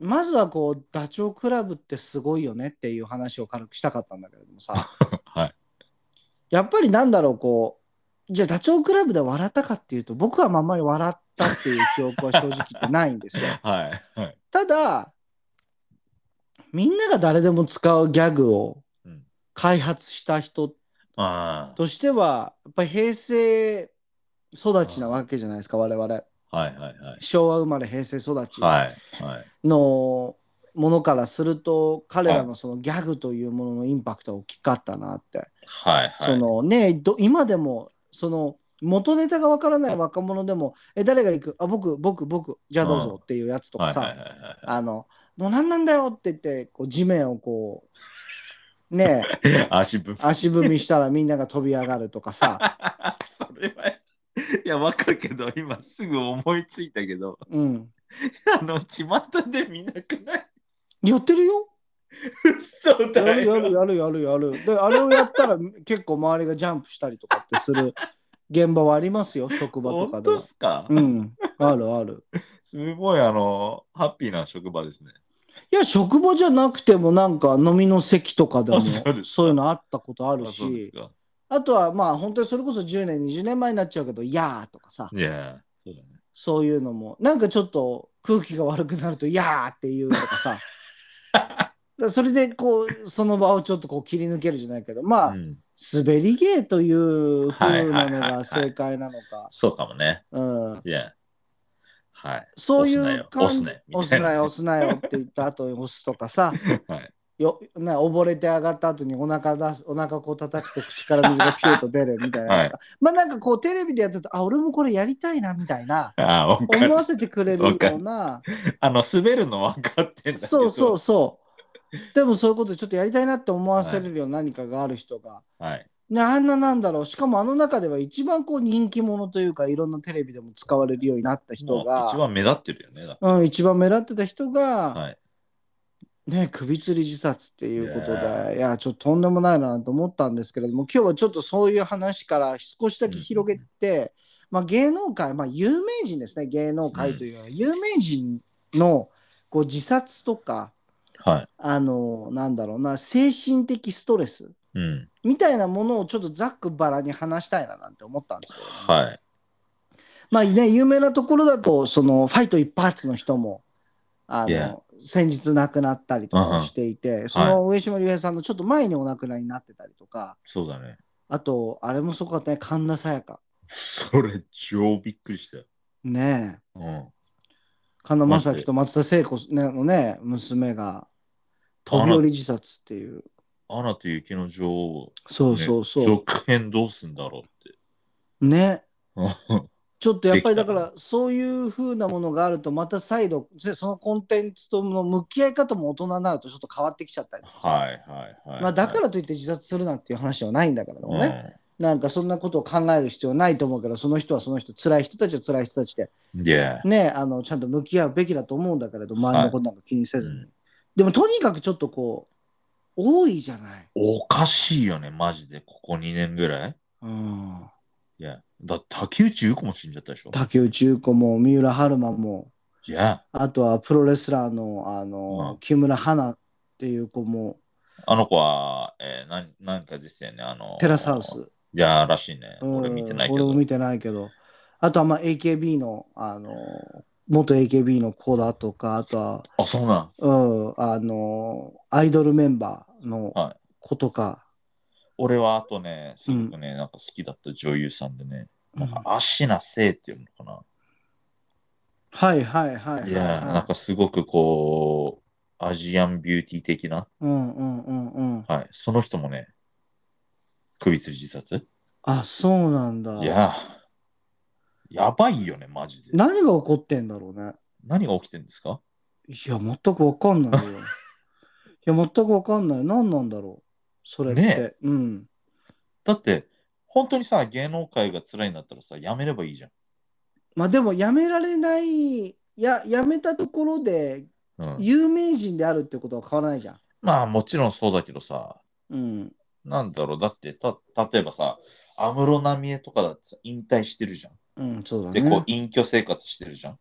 Speaker 2: うまずはこうダチョウ倶楽部ってすごいよねっていう話を軽くしたかったんだけれどもさ
Speaker 1: あはい。
Speaker 2: やっぱりなんだろうこうじゃあダチョウ倶楽部で笑ったかっていうと僕はあんまり笑ったっていう記憶は正直言ってないんですよ
Speaker 1: はい。はい。
Speaker 2: ただみんなが誰でも使うギャグを
Speaker 1: うん
Speaker 2: 開発した人
Speaker 1: あ
Speaker 2: としては、やっぱり平成育ちなわけじゃないですか、我々。
Speaker 1: あ。はいはいはい。
Speaker 2: 昭和生まれ平成育ち
Speaker 1: はいはい。
Speaker 2: のものからすると、彼らのそのギャグというもののインパクトは大きかったなって。
Speaker 1: はいはい。
Speaker 2: そのねど今でもその元ネタがわからない若者でも「え誰が行くあ僕僕僕じゃあどう
Speaker 1: うん
Speaker 2: ぞ」っていうやつとかさ、
Speaker 1: はいはいはいはい
Speaker 2: あの「もう何なんだよ」って言ってこう地面をこ うねえ
Speaker 1: 足 ぶ
Speaker 2: 足踏みしたらみんなが飛び上がるとかさ、
Speaker 1: それは。いや、わかるけど、今すぐ思いついたけど、
Speaker 2: うん、
Speaker 1: あの、巷で見なくない
Speaker 2: やってるよ
Speaker 1: 嘘
Speaker 2: や
Speaker 1: だ
Speaker 2: るや
Speaker 1: よ
Speaker 2: る。やるやるやるであれをやったら結構周りがジャンプしたりとかってする現場はありますよ職場とか
Speaker 1: 本
Speaker 2: で
Speaker 1: 当
Speaker 2: は
Speaker 1: っ。すか、
Speaker 2: うん、あるある。
Speaker 1: すごい、あの、ハッピーな職場ですね。
Speaker 2: いや、職場じゃなくても、なんか飲みの席とかでも、
Speaker 1: あそうですか
Speaker 2: そういうのあったことある
Speaker 1: あそうです
Speaker 2: し、
Speaker 1: か。
Speaker 2: あとはまあ、本当にそれこそ10年、20年前になっちゃうけど、いやーとかさ、
Speaker 1: いや、そうだね。
Speaker 2: そういうのも、なんかちょっと空気が悪くなると、いやーっていうとか さ、だからそれでこう、その場をちょっとこう切り抜けるじゃないけど、まあ、
Speaker 1: うん、
Speaker 2: 滑り芸という風な
Speaker 1: はいは
Speaker 2: の
Speaker 1: いはいは
Speaker 2: が
Speaker 1: い
Speaker 2: 正解なのか、
Speaker 1: そうかもね。
Speaker 2: うん、
Speaker 1: いや。はい。
Speaker 2: そうい
Speaker 1: 押すなよ
Speaker 2: う感じ、
Speaker 1: 押
Speaker 2: 押
Speaker 1: す
Speaker 2: す
Speaker 1: な
Speaker 2: なよ、押すなよって言った後に押すと かさ、
Speaker 1: はい。
Speaker 2: よな溺れて上がった後にお腹出すお腹こう叩くと口から水がピュッと出るみたいなやつか、まあなんかこうテレビでやってるとあ俺もこれやりたいなみたいな
Speaker 1: ああ、わか
Speaker 2: 思
Speaker 1: る
Speaker 2: わ。せてくれるような
Speaker 1: あの、滑るの分かってんだけど。
Speaker 2: そうそうそうでもそういうことでちょっとやりたいなって思わせるような何かがある人が、
Speaker 1: はい。
Speaker 2: ね、あんななんだろうしかもあの中では一番こう人気者というかいろんなテレビでも使われるようになっ
Speaker 1: も
Speaker 2: た
Speaker 1: う
Speaker 2: 人
Speaker 1: 一
Speaker 2: が。
Speaker 1: 番目立ってるよね。だか
Speaker 2: うん、一番目立ってた人
Speaker 1: ら
Speaker 2: が、
Speaker 1: はい。
Speaker 2: ね、首吊り自殺っていうこと
Speaker 1: いや
Speaker 2: で、いや、ちょっととんでもないなと思ったんですけれども、今日はちょっとそういう話から少しだけ広げて、まあ、芸能界、まあ、有名人ですね、芸能界というのは、有名人のこう自殺とか、
Speaker 1: はい。
Speaker 2: あの、なんだろうな、精神的ストレス
Speaker 1: うん。
Speaker 2: みたいなものをちょっとざっくばらに話したいななんて思ったんですけれども、
Speaker 1: はい。
Speaker 2: まあね、有名なところだと、そのファイト一発の人も、あの、
Speaker 1: Yeah.
Speaker 2: 先日亡くなったりとかしていて、その上島竜兵さんのちょっと前にお亡くなりになってたりとか、
Speaker 1: そうだね。
Speaker 2: あと、あれもすごかったね、神田沙也加。
Speaker 1: それ、超びっくりしたよ。
Speaker 2: ねえ。
Speaker 1: うん。
Speaker 2: 神田正輝と松田聖子のね、娘が飛び降り自殺っていう。
Speaker 1: アナと雪の女王、
Speaker 2: そう
Speaker 1: ね
Speaker 2: そうそ
Speaker 1: 続編どうすんだろうって。
Speaker 2: う。ね。
Speaker 1: うん
Speaker 2: ちょっとやっぱり
Speaker 1: で
Speaker 2: だ
Speaker 1: きた
Speaker 2: か
Speaker 1: な
Speaker 2: らそういう風なものがあるとまた再度せそのコンテンツとの向き合い方も大人になるとちょっと変わってきちゃったりとかさ
Speaker 1: はいはいはい。
Speaker 2: まあ、だからといって自殺するなんていう話ではないんだけれどもね、
Speaker 1: ね。
Speaker 2: なんかそんなことを考える必要はないと思うけどその人はその人辛い人たちは辛い人たちで
Speaker 1: いや。
Speaker 2: ねあのちゃんと向き合うべきだと思うんだけれど周りのことなんか気にせずに、
Speaker 1: うん
Speaker 2: でもとにかくちょっとこう多いじゃない、
Speaker 1: おかしいよね、マジで、ここ2年ぐらい。
Speaker 2: うん、
Speaker 1: いや。だって竹内優子も死んじゃったでしょ。
Speaker 2: 竹内結子も三浦春馬も
Speaker 1: いや。
Speaker 2: あとはプロレスラーのあの、
Speaker 1: うん
Speaker 2: 木村花っていう子も
Speaker 1: あの子は、えー、なんなんかですよね。あの
Speaker 2: テラスハウ。ス、
Speaker 1: いや、らしいね。
Speaker 2: うん
Speaker 1: 俺見てないけ
Speaker 2: 俺
Speaker 1: ど。
Speaker 2: も見てないけど。あとはまあ AKB の、あの、元 AKB の子だとか、あとは、
Speaker 1: あ、そうなん。
Speaker 2: うん、あの、アイドルメンバーの
Speaker 1: は
Speaker 2: 子とか。
Speaker 1: 俺はあとね、すごくね、なんか好きだった女優さんでね、
Speaker 2: うん
Speaker 1: なんか芦名聖っていうのかな。
Speaker 2: はいはいはいはい
Speaker 1: いや、なん
Speaker 2: は
Speaker 1: かすごくこう、アジアンビューティー的な。
Speaker 2: い。うんうんうんうん。
Speaker 1: はい。その人もね、首吊り自殺
Speaker 2: あ、そうなんだ。
Speaker 1: いや、やばいよね、マジで。
Speaker 2: 何が起こってんだろうね。
Speaker 1: 何が起きてんですか
Speaker 2: いや、全くわか んないよ。いや、全くわかんない。何なんだろう。それって。
Speaker 1: ね
Speaker 2: うん。
Speaker 1: だって、本当にさ、芸能界が辛いんだったらさ、やめればいいじゃん。
Speaker 2: まあでも、やめられない、や、やめたところで、
Speaker 1: うん、
Speaker 2: 有名人であるってことは変わらないじゃん。
Speaker 1: まあ、もちろんそうだけどさ、
Speaker 2: うん。
Speaker 1: なんだろう、だって、た、例えばさ、安室奈美恵とかだってさ引退してるじゃん。
Speaker 2: うん、そうだ
Speaker 1: で、こう
Speaker 2: ね、。
Speaker 1: 隠居生活してるじゃん。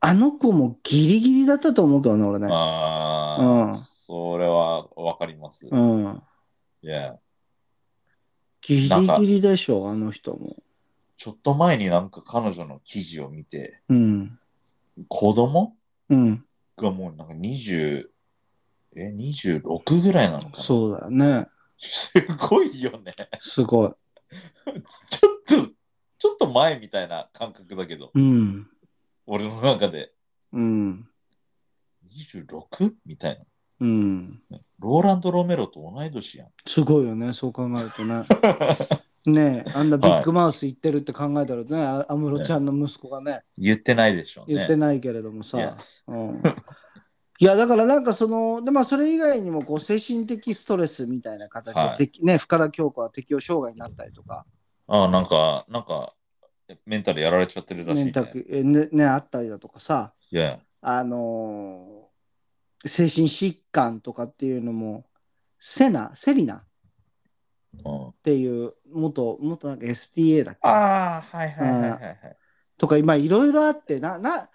Speaker 2: あの子もギリギリだったと思うけどね、俺ね。
Speaker 1: ああ、
Speaker 2: うん
Speaker 1: それはわかります。
Speaker 2: う
Speaker 1: い
Speaker 2: ん。
Speaker 1: や、
Speaker 2: ギ
Speaker 1: なん
Speaker 2: リ
Speaker 1: か
Speaker 2: ギリでしょ、あの人も。
Speaker 1: ちょっと前になんか彼女の記事を見て、
Speaker 2: うん。
Speaker 1: 子供
Speaker 2: うん。
Speaker 1: がもうなんか20え、26ぐらいなのかな
Speaker 2: そうだよね。
Speaker 1: すごいよね。
Speaker 2: すごい。
Speaker 1: ちょっと、ちょっと前みたいな感覚だけど、
Speaker 2: うん。
Speaker 1: 俺の中で
Speaker 2: うん。
Speaker 1: 26? みたいな。
Speaker 2: うん。
Speaker 1: ローランド・ロメロと同い年やん。
Speaker 2: すごいよね、そう考える とね。ねえ、あんなビッグマウス行ってるって考えたらね、あ安室ちゃんの息子がね、
Speaker 1: 言ってないでしょうね。
Speaker 2: 言ってないけれどもさ。
Speaker 1: いや
Speaker 2: うん、いや、だからなんかその、でまあ、それ以外にもこう精神的ストレスみたいな形で、
Speaker 1: はい
Speaker 2: てきね、深田恭子は適応障害になったりとか、
Speaker 1: ああ、なんか、なんか、メンタルやられちゃってるらしい、
Speaker 2: ね
Speaker 1: ね。
Speaker 2: たくえねね、あったりだとかさ、
Speaker 1: いや、
Speaker 2: あのー精神疾患とかっていうのも、セナ、セリナっ
Speaker 1: うん、あ
Speaker 2: ていう元、元なんか STA だっけ
Speaker 1: あ、はいはいはいはいはい。
Speaker 2: とか今いろいろあってなな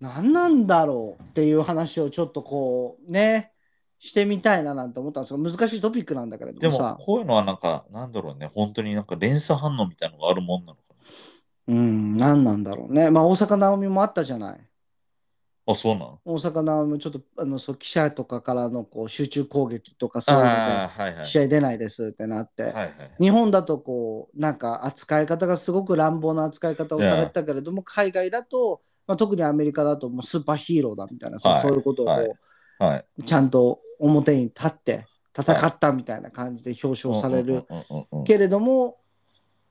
Speaker 2: なんなんだろうっていう話をちょっとこうねしてみたいななんて思ったんですが難しいトピックなんだけれど
Speaker 1: で
Speaker 2: も
Speaker 1: も
Speaker 2: さ、
Speaker 1: こういうのはなんか、なんだろうね、本当になんか連鎖反応みたいなのがあるもんなのかな。
Speaker 2: うんなんなんだろうねまあ大阪なおみもあったじゃない
Speaker 1: あ、そうなの
Speaker 2: 大阪なおみもちょっとあのそう記者とかからのこう集中攻撃とかそういうの
Speaker 1: あ
Speaker 2: で
Speaker 1: あ、はいはい。
Speaker 2: 試合出ないですってなって、
Speaker 1: はいはいはい。
Speaker 2: 日本だとこうなんか扱い方がすごく乱暴な扱い方をされてたけれども、海外だと、まあ、特にアメリカだともうスーパーヒーローだみたいなさ、
Speaker 1: はい
Speaker 2: そういうことをこう、
Speaker 1: はいはい、
Speaker 2: ちゃんと表に立って戦ったみたいな感じで表彰される
Speaker 1: うんうんうんうん。
Speaker 2: けれども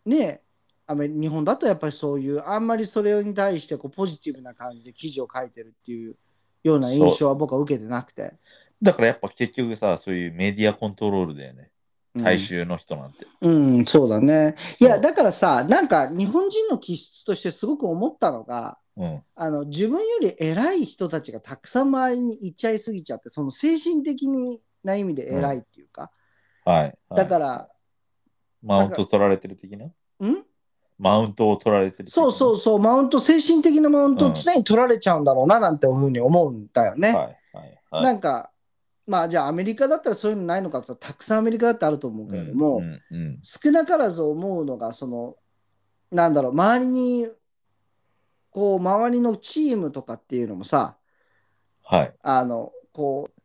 Speaker 2: ねアメ日本だとやっぱりそういうあんまりそれに対してこうポジティブな感じで記事を書いてるっていうような印象は僕は受けてなくて
Speaker 1: だからやっぱ結局さ、そういうメディアコントロールだよね。大衆の人なんて。
Speaker 2: うん、うんそうだねいや
Speaker 1: そう
Speaker 2: だからさなんか日本人の気質としてすごく思ったのが
Speaker 1: うん。
Speaker 2: あの自分より偉い人たちがたくさん周りにいっちゃいすぎちゃってその精神的な意味で偉いっていうか、
Speaker 1: はい。はい
Speaker 2: だから、
Speaker 1: マウント取られてる的なんマウントを取られてる的な
Speaker 2: そうそうそう、マウント、精神的なマウント
Speaker 1: う
Speaker 2: を
Speaker 1: ん
Speaker 2: 常に取られちゃうんだろうななんていうふうに思うんだよね。
Speaker 1: はいはいはい。
Speaker 2: なんか、まあじゃあアメリカだったらそういうのないのかって言ったらたくさんアメリカだってあると思うけれども、
Speaker 1: うんうんうん
Speaker 2: 少なからず思うのが、その、なんだろう、周りに、こう、周りのチームとかっていうのもさ、
Speaker 1: はい。
Speaker 2: あの、こう、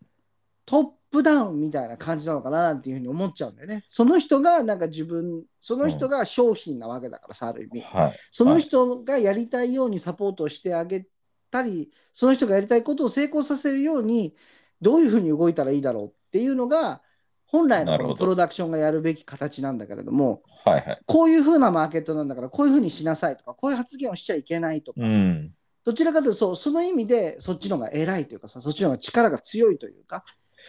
Speaker 2: トップダウンみたいな感じなのかななんていうふうに思っちゃうんだよね。その人が、なんか自分、その人が商品なわけだからさ、ある意味。
Speaker 1: はい。
Speaker 2: その人がやりたいようにサポートをしてあげたり、その人がやりたいことを成功させるように、どういうふうに動いたらいいだろうっていうのが、本来の
Speaker 1: な
Speaker 2: こ
Speaker 1: るほ
Speaker 2: の
Speaker 1: ど
Speaker 2: プロダクションがやるべき形なんだけれども、
Speaker 1: はいはい。
Speaker 2: こういうふうなマーケットなんだから、こういうふうにしなさいとか、こういう発言をしちゃいけないとか、
Speaker 1: うん。
Speaker 2: どちらかというとそう、その意味でそっちの方が偉いというかさ、そっちの方が力が強いというか、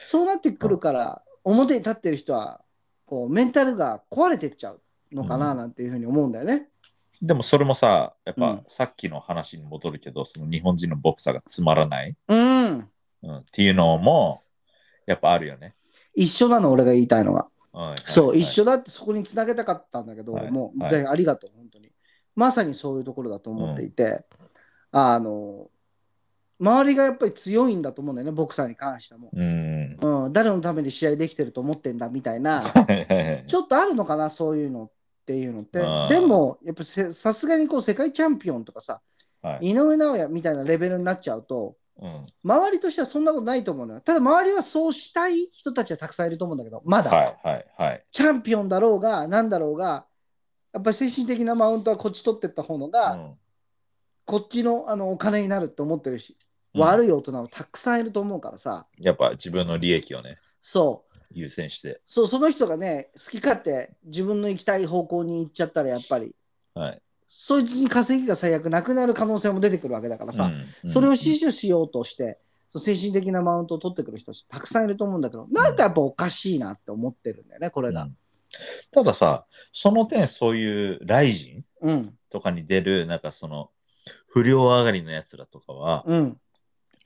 Speaker 2: そうなってくるから、表に立ってる人は、こうメンタルが壊れてっちゃうのかな
Speaker 1: うん
Speaker 2: なんていうふうに思うんだよね。
Speaker 1: でもそれもさ、やっ
Speaker 2: う
Speaker 1: ぱ
Speaker 2: ん
Speaker 1: さっきの話に戻るけど、その日本人のボクサーがつまらない、
Speaker 2: うん
Speaker 1: うん、っていうのも、やっぱあるよね。
Speaker 2: 一緒なの俺が言いたいのが、
Speaker 1: うん
Speaker 2: そう一。
Speaker 1: はい
Speaker 2: 緒だってそこにつなげたかったんだけど、
Speaker 1: はい
Speaker 2: 俺も、
Speaker 1: はい
Speaker 2: ぜひありがとう本当にまさにそういうところだと思っていて、あの周りがやっぱり強いんだと思うんだよねボクサーに関しても、
Speaker 1: うん。
Speaker 2: うん、誰のために試合できてると思ってんだみたいな
Speaker 1: はいはいはい
Speaker 2: ちょっとあるのかなそういうのっていうのって
Speaker 1: あー
Speaker 2: でもやっぱせさすがにこう世界チャンピオンとかさ
Speaker 1: はい
Speaker 2: 井上尚弥みたいなレベルになっちゃうと
Speaker 1: うん
Speaker 2: 周りとしてはそんなことないと思うのよただ周りはそうしたい人たちはたくさんいると思うんだけどまだ、
Speaker 1: はいはいはい。
Speaker 2: チャンピオンだろうが何だろうがやっぱり精神的なマウントはこっち取ってった方のが、こっちのあのお金になるって思ってるし、
Speaker 1: い。
Speaker 2: 悪い大人もたくさんいると思うからさ
Speaker 1: やっぱ自分の利益をね、
Speaker 2: そう
Speaker 1: 優先して。
Speaker 2: そうその人がね好き勝手自分の行きたい方向に行っちゃったらやっぱり
Speaker 1: はい。
Speaker 2: そいつに稼ぎが最悪なくなる可能性も出てくるわけだからさ、
Speaker 1: うんうん
Speaker 2: それを死守しようとして、そう精神的なマウントを取ってくる人たちたくさんいると思うんだけどなんかやっぱおかしいなって思ってるんだよねこれ
Speaker 1: う
Speaker 2: が。
Speaker 1: んたださ、その点そういうライジン
Speaker 2: うん、
Speaker 1: とかに出る、なんかその、不良上がりのやつらとかは、
Speaker 2: うん、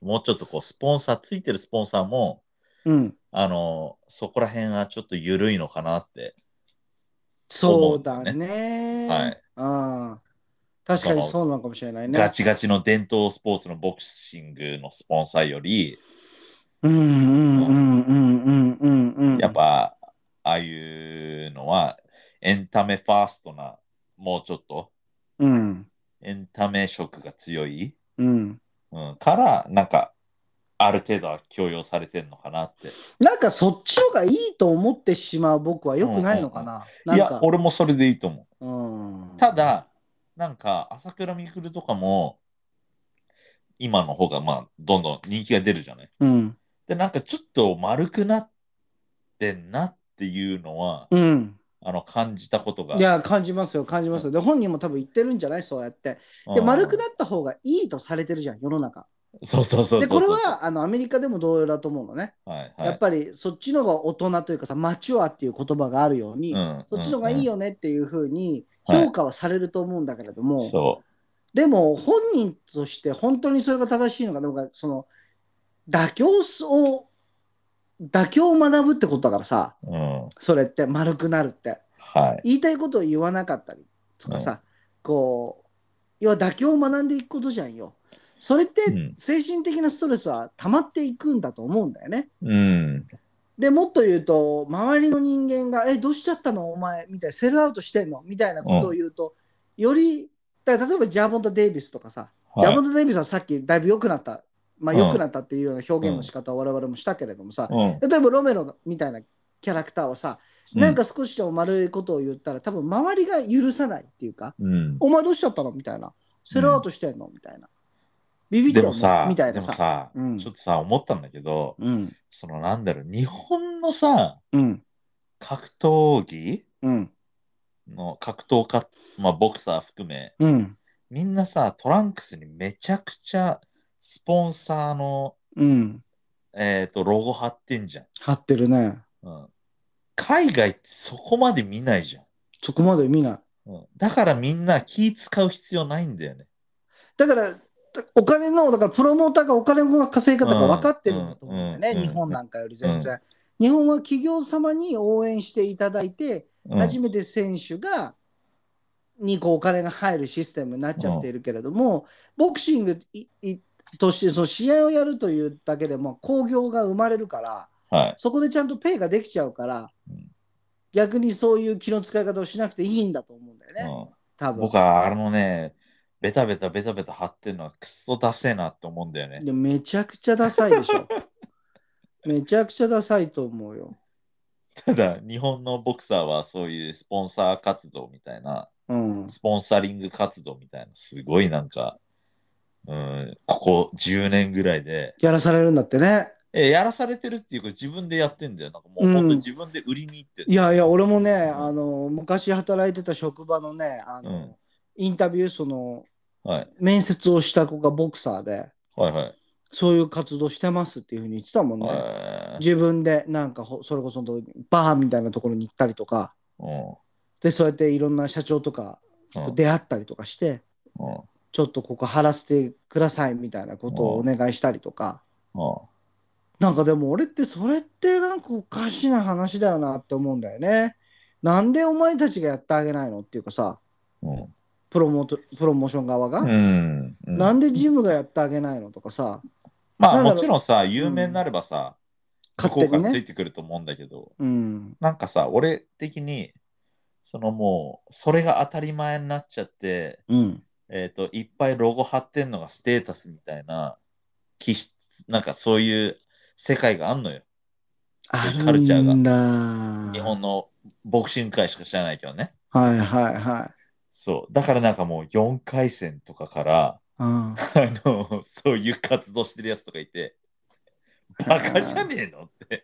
Speaker 1: もうちょっとこう、スポンサー、ついてるスポンサーも、
Speaker 2: うん
Speaker 1: あの、そこら辺はちょっと緩いのかなって。
Speaker 2: そうだ
Speaker 1: 思うん
Speaker 2: ね。
Speaker 1: はい。
Speaker 2: ああ。確かにそうなのかもしれないね。
Speaker 1: ガチガチの伝統スポーツのボクシングのスポンサーより、
Speaker 2: うんうんうんうんうんうんうん。
Speaker 1: やっ。ぱ、ああいうのは、エンタメファーストな、もうちょっと、
Speaker 2: うん
Speaker 1: エンタメ色が強い、
Speaker 2: うん
Speaker 1: うん、から、なんか、ある程度は強要されてんのかなって。
Speaker 2: なんかそっちのがいいと思ってしまう僕は良くないのかな。
Speaker 1: い
Speaker 2: なん
Speaker 1: や
Speaker 2: か、
Speaker 1: 俺もそれでいいと思
Speaker 2: うん
Speaker 1: う。た、だ、なんか、朝倉未来とかも、今の方が、まあ、どんどん人気が出るじゃない。
Speaker 2: うん、
Speaker 1: で、なんか、ちょっと丸くなってんなっていうのは、
Speaker 2: うん、
Speaker 1: あの、感じたことが。
Speaker 2: いや感じますよ感じますよ。で本人も多分言ってるんじゃないそうやって。
Speaker 1: うん
Speaker 2: で丸くなった方がいいとされてるじゃん世の中。
Speaker 1: そうそうそうそうそう。
Speaker 2: でこれはあのアメリカでも同様だと思うのね。
Speaker 1: はい、はい、
Speaker 2: やっぱりそっちの方が大人というかさマチュアっていう言葉があるように、
Speaker 1: うん
Speaker 2: そっちの方がいい、よねっていうふうに評価はされると思うんだけれども、
Speaker 1: うんうんそ
Speaker 2: でも本人として本当にそれが正しいのかどうかその妥協を妥協を学ぶってことだからさ
Speaker 1: う。うん。
Speaker 2: それって丸くなるって
Speaker 1: はい。
Speaker 2: 言いたいことを言わなかったりとかさ、こう要は妥協を学んでいくことじゃんよそれって
Speaker 1: うん
Speaker 2: 精神的なストレスは溜まっていくんだと思うんだよね
Speaker 1: うん。
Speaker 2: でもっと言うと周りの人間が「えどうしちゃったのお前」みたいな「セルアウトしてんの?」みたいなことを言うと、よりだから例えばジャーボンド・デイビスとかさ、ジャーボンド・デイビスはさっきだいぶ良くなったまあ
Speaker 1: うん
Speaker 2: 良くなったっていうような表現の仕方を我々もしたけれどもさ、
Speaker 1: はい
Speaker 2: 例えばロメロみたいなキャラクターはさ、
Speaker 1: うん
Speaker 2: なんか少しでも丸いことを言ったら多分周りが許さないっていうか
Speaker 1: うん
Speaker 2: 「お前どうしちゃったの?」みたいな「セルアウトしてんの?」みたいな「ビビって
Speaker 1: で
Speaker 2: んの?」
Speaker 1: もさ、
Speaker 2: みたい
Speaker 1: で
Speaker 2: な
Speaker 1: も
Speaker 2: さ
Speaker 1: さ、
Speaker 2: うん
Speaker 1: ちょっとさ、思ったんだけど、
Speaker 2: うん
Speaker 1: そのなんだろう、日本のさ、
Speaker 2: うん
Speaker 1: 格闘技
Speaker 2: うん
Speaker 1: の格闘家、まあ、ボクサー含め、
Speaker 2: うん
Speaker 1: みんなさ、トランクスにめちゃくちゃスポンサーの、
Speaker 2: うん
Speaker 1: えー、とロゴ貼ってんじゃん,、
Speaker 2: 張ってるね
Speaker 1: うん。海外ってそこまで見ないじゃん。
Speaker 2: そこまで見ない
Speaker 1: うん、だからみんな気使う必要ないんだよね。
Speaker 2: だからお金のだからプロモーターがお金の稼ぎ方が分かってるんだと思うんだよね、
Speaker 1: うんうん
Speaker 2: 日本なんかより全然、日本は企業様に応援していただいて、
Speaker 1: うん
Speaker 2: 初めて選手がにこうお金が入るシステムになっちゃっているけれども、ボクシングいいとしてその試合をやるというだけでも興行が生まれるから
Speaker 1: はい。
Speaker 2: そこでちゃんとペイができちゃうから、
Speaker 1: うん
Speaker 2: 逆にそういう気の使い方をしなくていいんだと思うんだよね、
Speaker 1: うん
Speaker 2: 多分
Speaker 1: 僕はあのね、ベタベタベタベタ貼ってるのはクソダセえなって思うんだよね。
Speaker 2: でめちゃくちゃダサいでし ょ。めちゃくちゃダサいと思うよ。
Speaker 1: ただ、日本のボクサーはそういうスポンサー活動みたいな、
Speaker 2: うん。
Speaker 1: スポンサリング活動みたいな、すごいなんか、うん、ここ10年ぐらいで、
Speaker 2: やらされるんだってね。
Speaker 1: えやらされてるっていうか自分でやってんだよ。なんかもう、
Speaker 2: うん
Speaker 1: 本当に自分で売りに行ってる
Speaker 2: いやいや、俺もね、あの、昔働いてた職場のね、あの、
Speaker 1: うん
Speaker 2: インタビュー、その、
Speaker 1: はい、
Speaker 2: 面接をした子がボクサーで、
Speaker 1: はいはい。
Speaker 2: そういう活動してますっていうふうに言ってたもんね。
Speaker 1: えー
Speaker 2: 自分で、なんかほ、それこそ本当、バーみたいなところに行ったりとか、
Speaker 1: う
Speaker 2: で、そうやっていろんな社長とか
Speaker 1: んうん
Speaker 2: 出会ったりとかして、
Speaker 1: うん
Speaker 2: ちょっとここ貼らせてくださいみたいなことをお願いしたりとか。
Speaker 1: うん
Speaker 2: なんかでも俺ってそれってなんかおかしな話だよなって思うんだよね。なんでお前たちがやってあげないのっていうかさ
Speaker 1: うん
Speaker 2: プロモートプロモーション側が、
Speaker 1: うんうん
Speaker 2: なんでジムがやってあげないのとかさ
Speaker 1: まあ
Speaker 2: なんだろ
Speaker 1: も
Speaker 2: う
Speaker 1: ちろんさ、有名になればさ、向
Speaker 2: 勝
Speaker 1: こ
Speaker 2: 手
Speaker 1: うか
Speaker 2: に
Speaker 1: らつ
Speaker 2: ね。
Speaker 1: いてくると思うんだけど、
Speaker 2: うん、
Speaker 1: なんかさ、俺的に、そのもう、それが当たり前になっちゃって、
Speaker 2: うん、
Speaker 1: えっ、と、いっぱいロゴ貼ってんのがステータスみたいな、気質、なんかそういう世界があんのよ。
Speaker 2: あ
Speaker 1: カルチャーが
Speaker 2: るんだ
Speaker 1: 日本のボクシング界しか知らないけどね。
Speaker 2: はいはいはい。
Speaker 1: そう。だからなんかもう4回戦とかから、
Speaker 2: うん、
Speaker 1: あの、そういう活動してるやつとかいて、バカじゃねえのって。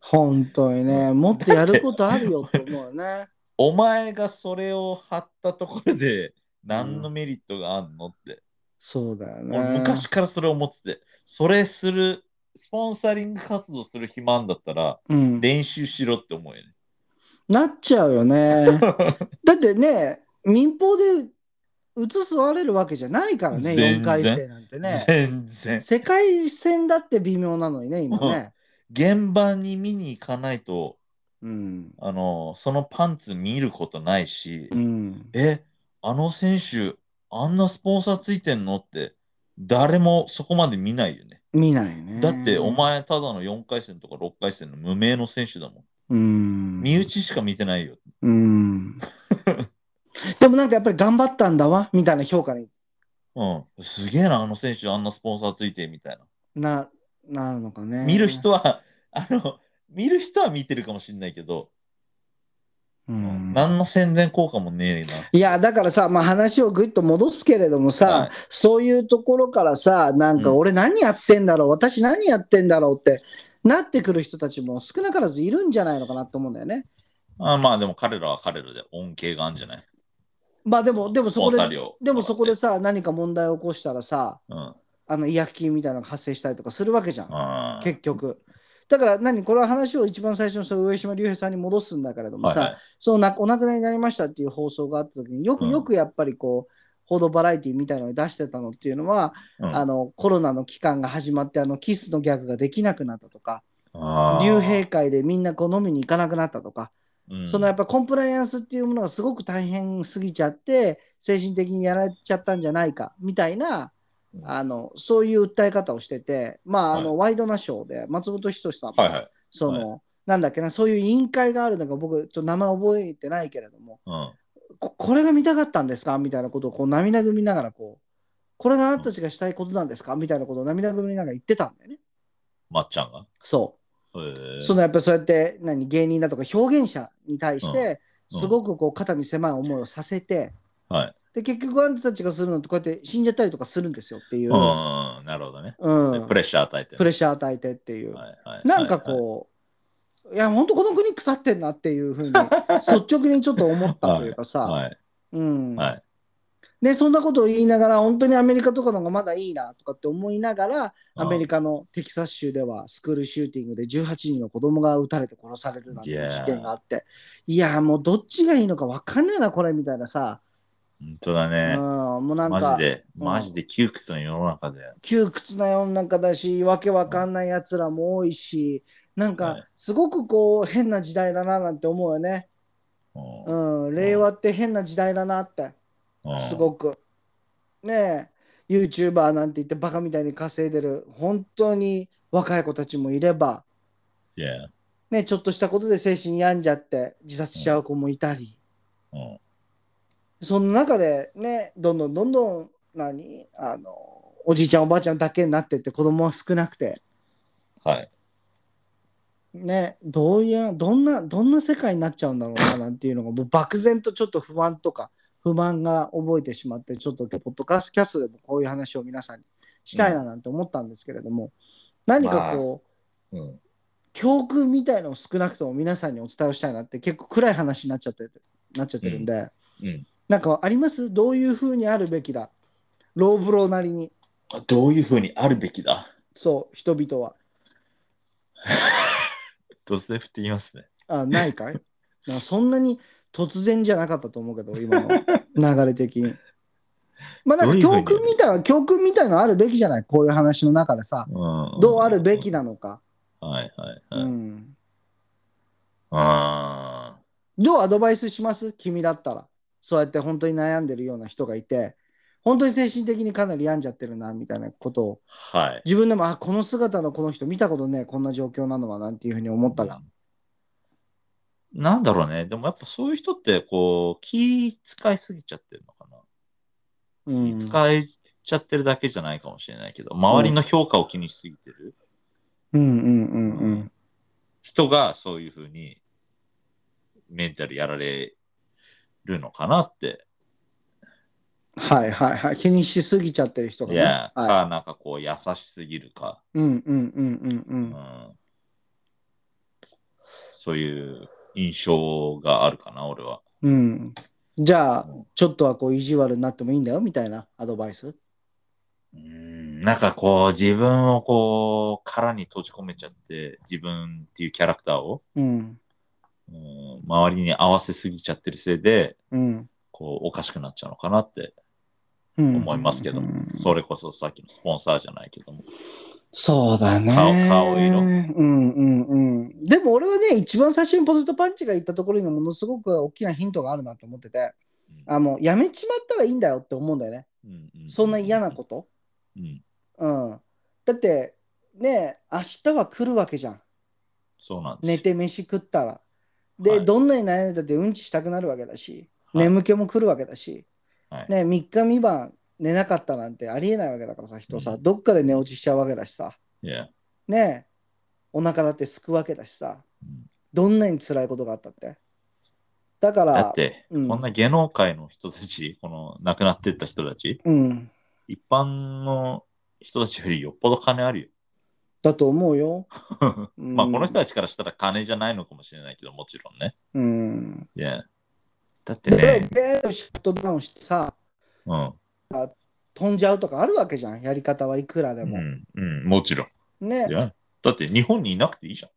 Speaker 2: 本当にねもっとやることあるよって思うよ ね。
Speaker 1: お前がそれを貼ったところで、何のメリットがあんのって。
Speaker 2: そうだよね。
Speaker 1: 俺昔からそれ思ってて、それする、スポンサリング活動する暇あんだったら、
Speaker 2: うん、
Speaker 1: 練習しろって思うよね。
Speaker 2: なっちゃうよ ね。だってね、民放で移すわれるわけじゃないからね、
Speaker 1: 全然
Speaker 2: 4回生なんてね。
Speaker 1: 全然。
Speaker 2: 世界戦だって微妙なのにね、今ね。
Speaker 1: 現場に見に行かないと、
Speaker 2: うん。
Speaker 1: あの、そのパンツ見ることないし、
Speaker 2: うん。
Speaker 1: え、あの選手、あんなスポンサーついてんのって、誰もそこまで見ないよね。
Speaker 2: 見ないね。
Speaker 1: だって、お。前、ただの4回戦とか6回戦の無名の選手だもん。
Speaker 2: うん。
Speaker 1: 身内しか見てないよ。
Speaker 2: うん。でもなんかやっぱり頑張ったんだわ、みたいな評価に
Speaker 1: うん。すげえな、あの選手、あんなスポンサーついて、みたいな。
Speaker 2: な、なるのかね。
Speaker 1: 見る人は、 あの、見る人は見てるかもしれないけど、
Speaker 2: うん
Speaker 1: 何の宣伝効果もねえな。
Speaker 2: いやだからさ、まあ、話をぐいっと戻すけれどもさ、
Speaker 1: はい
Speaker 2: そういうところからさなんか
Speaker 1: うん
Speaker 2: 俺何やってんだろう、私何やってんだろうってなってくる人たちも少なからずいるんじゃないのかなと思うんだよね。
Speaker 1: あまあでも彼らは彼らで恩恵があるんじゃない
Speaker 2: まあでもでもそこ
Speaker 1: スポンサー
Speaker 2: で
Speaker 1: 料
Speaker 2: でもそこでさ何か問題を起こしたらさ
Speaker 1: うん。
Speaker 2: あの違約金みたいなのが発生したりとかするわけじゃん、
Speaker 1: あー
Speaker 2: 結局。だから何これは話を一番最初のその上島竜兵さんに戻すんだけれども
Speaker 1: はい
Speaker 2: さ、
Speaker 1: はい
Speaker 2: そのなお亡くなりになりましたっていう放送があった時によく
Speaker 1: うん
Speaker 2: よくやっぱりこう、報道バラエティみたいなのに出してたのっていうのは、
Speaker 1: うん
Speaker 2: あのコロナの期間が始まってあのキスのギャグができなくなったとか
Speaker 1: あー
Speaker 2: 竜兵会でみんなこう飲みに行かなくなったとか、
Speaker 1: うん
Speaker 2: そのやっぱコンプライアンスっていうものがすごく大変すぎちゃって精神的にやられちゃったんじゃないかみたいな
Speaker 1: うん
Speaker 2: あのそういう訴え方をしてて、まああの
Speaker 1: はい
Speaker 2: ワイドナショーで松本人志さんも
Speaker 1: はいはい。
Speaker 2: その、なんだっけなそういう委員会があるのが僕ちょっと名前覚えてないけれども
Speaker 1: うん。
Speaker 2: ここれが見たかったんですかみたいなことをこう涙ぐみながらこうこれがあなたたちがしたいことなんですかみたいなことを涙ぐみながら言ってたんだよね。
Speaker 1: まっちゃんが。
Speaker 2: そ
Speaker 1: へー
Speaker 2: うそのやっぱりそうやって何芸人だとか表現者に対して
Speaker 1: うん
Speaker 2: すごくこう肩身狭い思いをさせて
Speaker 1: はい。
Speaker 2: で結局あなたたちがするのってこうやって死んじゃったりとかするんですよっていう
Speaker 1: う、ん、なるほどね。
Speaker 2: うん
Speaker 1: それプレッシャー与えてる。
Speaker 2: プレッシャー与えてっていう、
Speaker 1: はいはい
Speaker 2: なんか
Speaker 1: はいはい
Speaker 2: こう、いや本当この国腐ってんなっていうふうに率直にちょっと思ったというかさ、
Speaker 1: はい
Speaker 2: うん
Speaker 1: はい。
Speaker 2: でそんなことを言いながら本当にアメリカとかの方がまだいいなとかって思いながら
Speaker 1: うん
Speaker 2: アメリカのテキサス州ではスクールシューティングで18人の子供が撃たれて殺されるなんていう事件があっていやもうどっちがいいのか分かんねえなこれみたいなさ、
Speaker 1: 本当だ
Speaker 2: うん
Speaker 1: ね。、
Speaker 2: もうなん
Speaker 1: マ
Speaker 2: か
Speaker 1: ジで、
Speaker 2: うん
Speaker 1: マジで窮屈な世の中で。
Speaker 2: 窮屈な世の中だしわけわかんないやつらも多いしなん
Speaker 1: はい
Speaker 2: かすごくこう変な時代だななんて思うよね、
Speaker 1: う
Speaker 2: うん、令和って変な時代だなって
Speaker 1: ん
Speaker 2: すごくねえ YouTuber なんて言ってバカみたいに稼いでる本当に若い子たちもいれば、
Speaker 1: いや、
Speaker 2: ね、ちょっとしたことで精神病んじゃって自殺しちゃう子もいたり、
Speaker 1: うん
Speaker 2: その中でねどんどんどんどん何あのおじいちゃんおばあちゃんだけになってって子供は少なくて。
Speaker 1: はい。
Speaker 2: ね、どういうどんなどんな世界になっちゃうんだろう ななんていうのがもう漠然とちょっと不安とか不満が覚えてしまってちょっと今日ポッドカスキャストでもこういう話を皆さんにしたいななんて思ったんですけれども、何かこう、
Speaker 1: うん
Speaker 2: 教訓みたいのを少なくとも皆さんにお伝えをしたいなって結構暗い話になっちゃってるなっちゃってるんで、
Speaker 1: うん
Speaker 2: なんかありますどういうふうにあるべきだローブローなりに
Speaker 1: どういうふうにあるべきだ
Speaker 2: そう人々は
Speaker 1: ドセフって言いますね。
Speaker 2: あないかい なんかそんなに突然じゃなかったと思うけど今の流れ的に。まあなんか
Speaker 1: どうい
Speaker 2: 教
Speaker 1: うふうに
Speaker 2: 訓みたいな教訓みたいのあるべきじゃないこういう話の中でさ
Speaker 1: うん
Speaker 2: どうあるべきなのか、
Speaker 1: はいはいは
Speaker 2: う
Speaker 1: い。
Speaker 2: ん、
Speaker 1: あ
Speaker 2: どうアドバイスします君だったらそうやって本当に悩んでるような人がいて本当に精神的にかなり病んじゃってるなみたいなことを
Speaker 1: ーはい。
Speaker 2: 自分でもあこの姿のこの人見たことねえこんな状況なのはなんていうふうに思ったら、
Speaker 1: なんだろうね。でもやっぱそういう人って、こう、気使いすぎちゃってるのかな。
Speaker 2: うん
Speaker 1: 気使いちゃってるだけじゃないかもしれないけど、周りの評価を気にしすぎてる
Speaker 2: うんうんうんうん
Speaker 1: 人がそういうふうにメンタルやられるのかなって。
Speaker 2: はいはいはい気にしすぎちゃってる人が
Speaker 1: い
Speaker 2: ね、
Speaker 1: や、
Speaker 2: はい
Speaker 1: か、なんかこう、優しすぎるか。
Speaker 2: うんうんうんう
Speaker 1: うんんそういう印象があるかな、俺は。
Speaker 2: うん。うん、じゃあ
Speaker 1: うん、
Speaker 2: ちょっとはこう意地悪になってもいいんだよみたいなアドバイス。
Speaker 1: うんなんかこう、自分をこう、殻に閉じ込めちゃって、自分っていうキャラクターを、
Speaker 2: うん。
Speaker 1: うん周りに合わせすぎちゃってるせいで、
Speaker 2: うん。
Speaker 1: こう、おかしくなっちゃうのかなって
Speaker 2: うん、
Speaker 1: 思いますけど、それこそさっきのスポンサーじゃないけども。
Speaker 2: そうだね。
Speaker 1: 顔顔色
Speaker 2: うんうんうん。でも俺はね、一番最初にポテトパンチが言ったところにものすごく大きなヒントがあるなと思ってて、あ、もうやめちまったらいいんだよって思うんだよね。
Speaker 1: うんう
Speaker 2: そんな嫌なこと。
Speaker 1: うん、
Speaker 2: うん。だって、ね明日は来るわけじゃん。
Speaker 1: そうなんです。
Speaker 2: 寝て飯食ったら。で、
Speaker 1: はい
Speaker 2: どんなに悩んだってうんちしたくなるわけだし、
Speaker 1: はい
Speaker 2: 眠気も来るわけだし、
Speaker 1: はい
Speaker 2: ね、3日3晩寝なかったなんてありえないわけだからさ、人さ、
Speaker 1: う
Speaker 2: どっかで寝落ちしちゃうわけだしさ、
Speaker 1: いや
Speaker 2: ねえお腹だってすくわけだしさ
Speaker 1: うん
Speaker 2: どんなに辛いことがあったってだから
Speaker 1: だって、
Speaker 2: うん
Speaker 1: こんな芸能界の人たち、この亡くなってった人たち、
Speaker 2: うん
Speaker 1: 一般の人たちよりよっぽど金ある
Speaker 2: だと思うよ、
Speaker 1: よ。
Speaker 2: うん
Speaker 1: まあ、この人たちからしたら金じゃないのかもしれないけど、もちろんね。
Speaker 2: うん
Speaker 1: いや。だって
Speaker 2: で
Speaker 1: ね、
Speaker 2: でシャットダウンしてさ
Speaker 1: うん、
Speaker 2: 飛んじゃうとかあるわけじゃんやり方はいくらで
Speaker 1: う
Speaker 2: も、
Speaker 1: ん、うん、もちろん。
Speaker 2: ね
Speaker 1: いやだって日本にいなくていいじゃ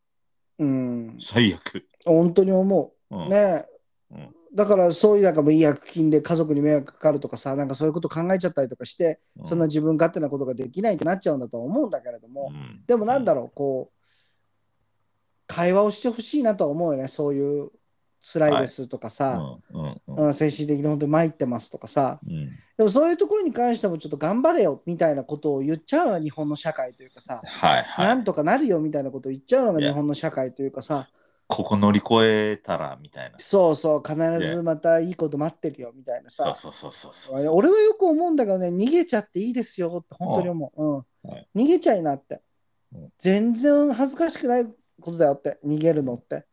Speaker 1: ん。
Speaker 2: うん
Speaker 1: 最悪。
Speaker 2: 本当に思
Speaker 1: う
Speaker 2: う、
Speaker 1: ん、
Speaker 2: ね
Speaker 1: うん
Speaker 2: だからそういうなんかもう違約金で家族に迷惑かかるとかさなんかそういうこと考えちゃったりとかして、
Speaker 1: う
Speaker 2: そんな、自分勝手なことができないってなっちゃうんだとは思うんだけれども、
Speaker 1: うん
Speaker 2: でもなんだろう、こう、会話をしてほしいなとは思うよね、そういう辛いですとかさ、
Speaker 1: うん、うん、うん
Speaker 2: うん精神的に本当に参ってますとかさ、
Speaker 1: うん。
Speaker 2: でもそういうところに関してもちょっと頑張れよみたいなことを言っちゃうのが日本の社会というかさ、
Speaker 1: はい、は。
Speaker 2: ないんとかなるよみたいなことを言っちゃうのが日本の社会というかさ、
Speaker 1: ここ乗り越えたらみたいな。
Speaker 2: そうそう、必ずまたいいこと待ってるよみたいな
Speaker 1: そ
Speaker 2: さ
Speaker 1: う、そうそうそうそう。
Speaker 2: 俺はよく思うんだけどね、逃げちゃっていいですよって本当に思う。うん
Speaker 1: はい
Speaker 2: 逃げちゃいなって
Speaker 1: うん。
Speaker 2: 全然恥ずかしくないことだよって、逃げるのって。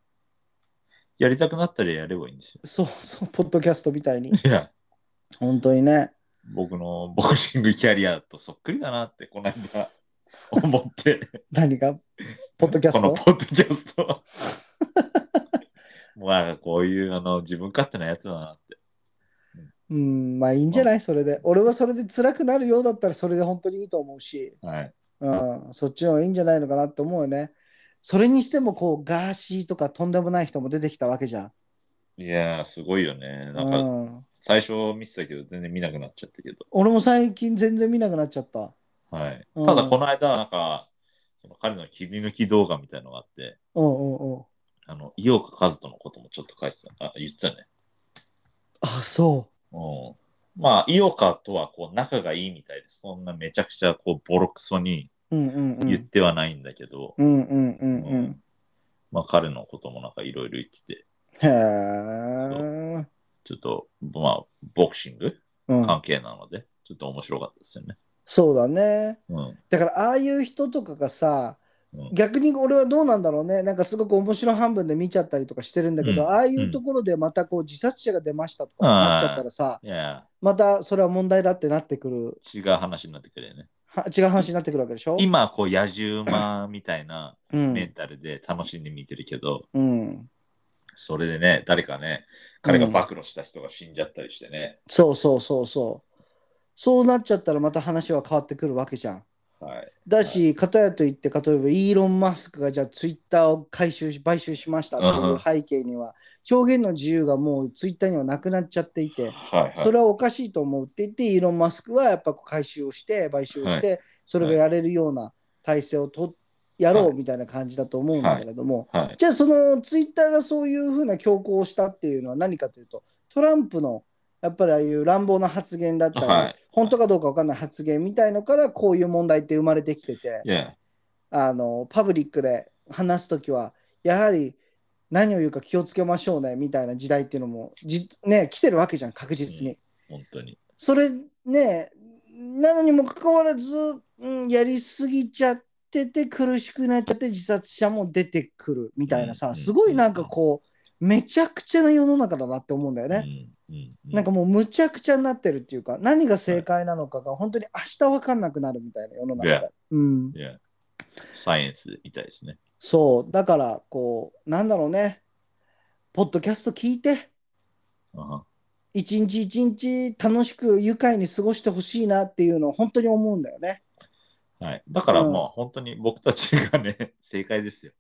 Speaker 1: やりたくなったらやればいいんですよ。
Speaker 2: そうそう、ポッドキャストみたいに。
Speaker 1: いや、
Speaker 2: 本当にね。
Speaker 1: 僕のボクシングキャリアとそっくりだなって、この 間思って。
Speaker 2: 何がポッドキャス
Speaker 1: この
Speaker 2: ト
Speaker 1: ポッドキャスト。 もうなんかこういうあの自分勝手なやつだなって。
Speaker 2: うん、まあいいんじゃないそれで。俺はそれで辛くなるようだったらそれで本当にいいと思うし、
Speaker 1: はい。
Speaker 2: うん、そっちの方がいいんじゃないのかなって思うよね。それにしてもこうガーシーとかとんでもない人も出てきたわけじゃん。
Speaker 1: いやー、すごいよね。
Speaker 2: う
Speaker 1: なんか
Speaker 2: ん、
Speaker 1: 最初見てたけど、全然見なくなっちゃったけど。
Speaker 2: 俺も最近全然見なくなっちゃった。
Speaker 1: はい。
Speaker 2: うん
Speaker 1: ただこの間、なんか、その彼の切り抜き動画みたいのがあって、
Speaker 2: うんうんうん。
Speaker 1: あの、井岡和人のこともちょっと書いてた。あ、言ってたね。
Speaker 2: あ、そ
Speaker 1: うん。まあ、井岡とはこう仲がいいみたいです。そんなめちゃくちゃこうボロクソに
Speaker 2: う。うんうんう
Speaker 1: 言っ
Speaker 2: ん。
Speaker 1: てはないんだけど、
Speaker 2: うんうんうんうん。
Speaker 1: まあ彼のこともなんかいろいろ言ってて、
Speaker 2: へえ。
Speaker 1: ちょっと、まあ、ボクシング
Speaker 2: うん、
Speaker 1: 関係なので、ちょっと面白かったですよね。
Speaker 2: そうだね。
Speaker 1: うん。
Speaker 2: だからああいう人とかがさ、
Speaker 1: うん
Speaker 2: 逆に俺はどうなんだろうねなんかすごく面白半分で見ちゃったりとかしてるんだけど、
Speaker 1: うん
Speaker 2: ああいうところでまたこう自殺者が出ましたとかなっちゃったらさ、
Speaker 1: いや
Speaker 2: またそれは問題だってなってくる
Speaker 1: 違う話になってくるよね。
Speaker 2: は違う話になってくるわけでしょ
Speaker 1: 今、こう、野獣馬みたいな
Speaker 2: う
Speaker 1: メン
Speaker 2: ん、
Speaker 1: タルで楽しんで見てるけど、
Speaker 2: うん、
Speaker 1: それでね、誰かね、彼が暴露した人が死んじゃったりしてね。
Speaker 2: そうそうそうそうそうなっちゃったらまた話は変わってくるわけじゃん
Speaker 1: はい。
Speaker 2: だし、片やといって、例えばイーロン・マスクがじゃあツイッターを回収し、買収しましたって
Speaker 1: うん
Speaker 2: いううん背景には、表現の自由がもうツイッターにはなくなっちゃってい
Speaker 1: は
Speaker 2: て、
Speaker 1: い、はい。
Speaker 2: それはおかしいと思うって言って、イーロン・マスクはやっぱこう回収をして、買収をして、それがやれるような体制をとやろうみたいな感じだと思うんだけれども、
Speaker 1: はい。
Speaker 2: じゃあそのツイッターがそういうふうな強行をしたっていうのは何かというと、トランプのやっぱりああいう乱暴な発言だったり、
Speaker 1: はい
Speaker 2: 本当かどうか分かんない発言みたいのからこういう問題って生まれてきてて
Speaker 1: い、や、
Speaker 2: あのパブリックで話すときはやはり何を言うか気をつけましょうねみたいな時代っていうのもじ、ね、来てるわけじゃん確実に。
Speaker 1: 本当に。
Speaker 2: それねなのにもかかわらず、うん、やりすぎちゃってて苦しくなっちゃって自殺者も出てくるみたいな
Speaker 1: う
Speaker 2: さ
Speaker 1: ん
Speaker 2: すごいなんかこうめちゃくちゃな世の中だなって思うんだよね。
Speaker 1: うん。うん。う
Speaker 2: なんか、もうむちゃくちゃになってるっていうか何が正解なのかが本当に明日わかんなくなるみたいな世の中で、
Speaker 1: ね
Speaker 2: うん、
Speaker 1: いや、サイエンスみたいですね。
Speaker 2: そうだからこうなんだろうねポッドキャスト聞いて
Speaker 1: うん
Speaker 2: 一日一日楽しく愉快に過ごしてほしいなっていうのを本当に思うんだよね
Speaker 1: はい。だから
Speaker 2: うん
Speaker 1: まあ本当に僕たちがね、 正解ですよ。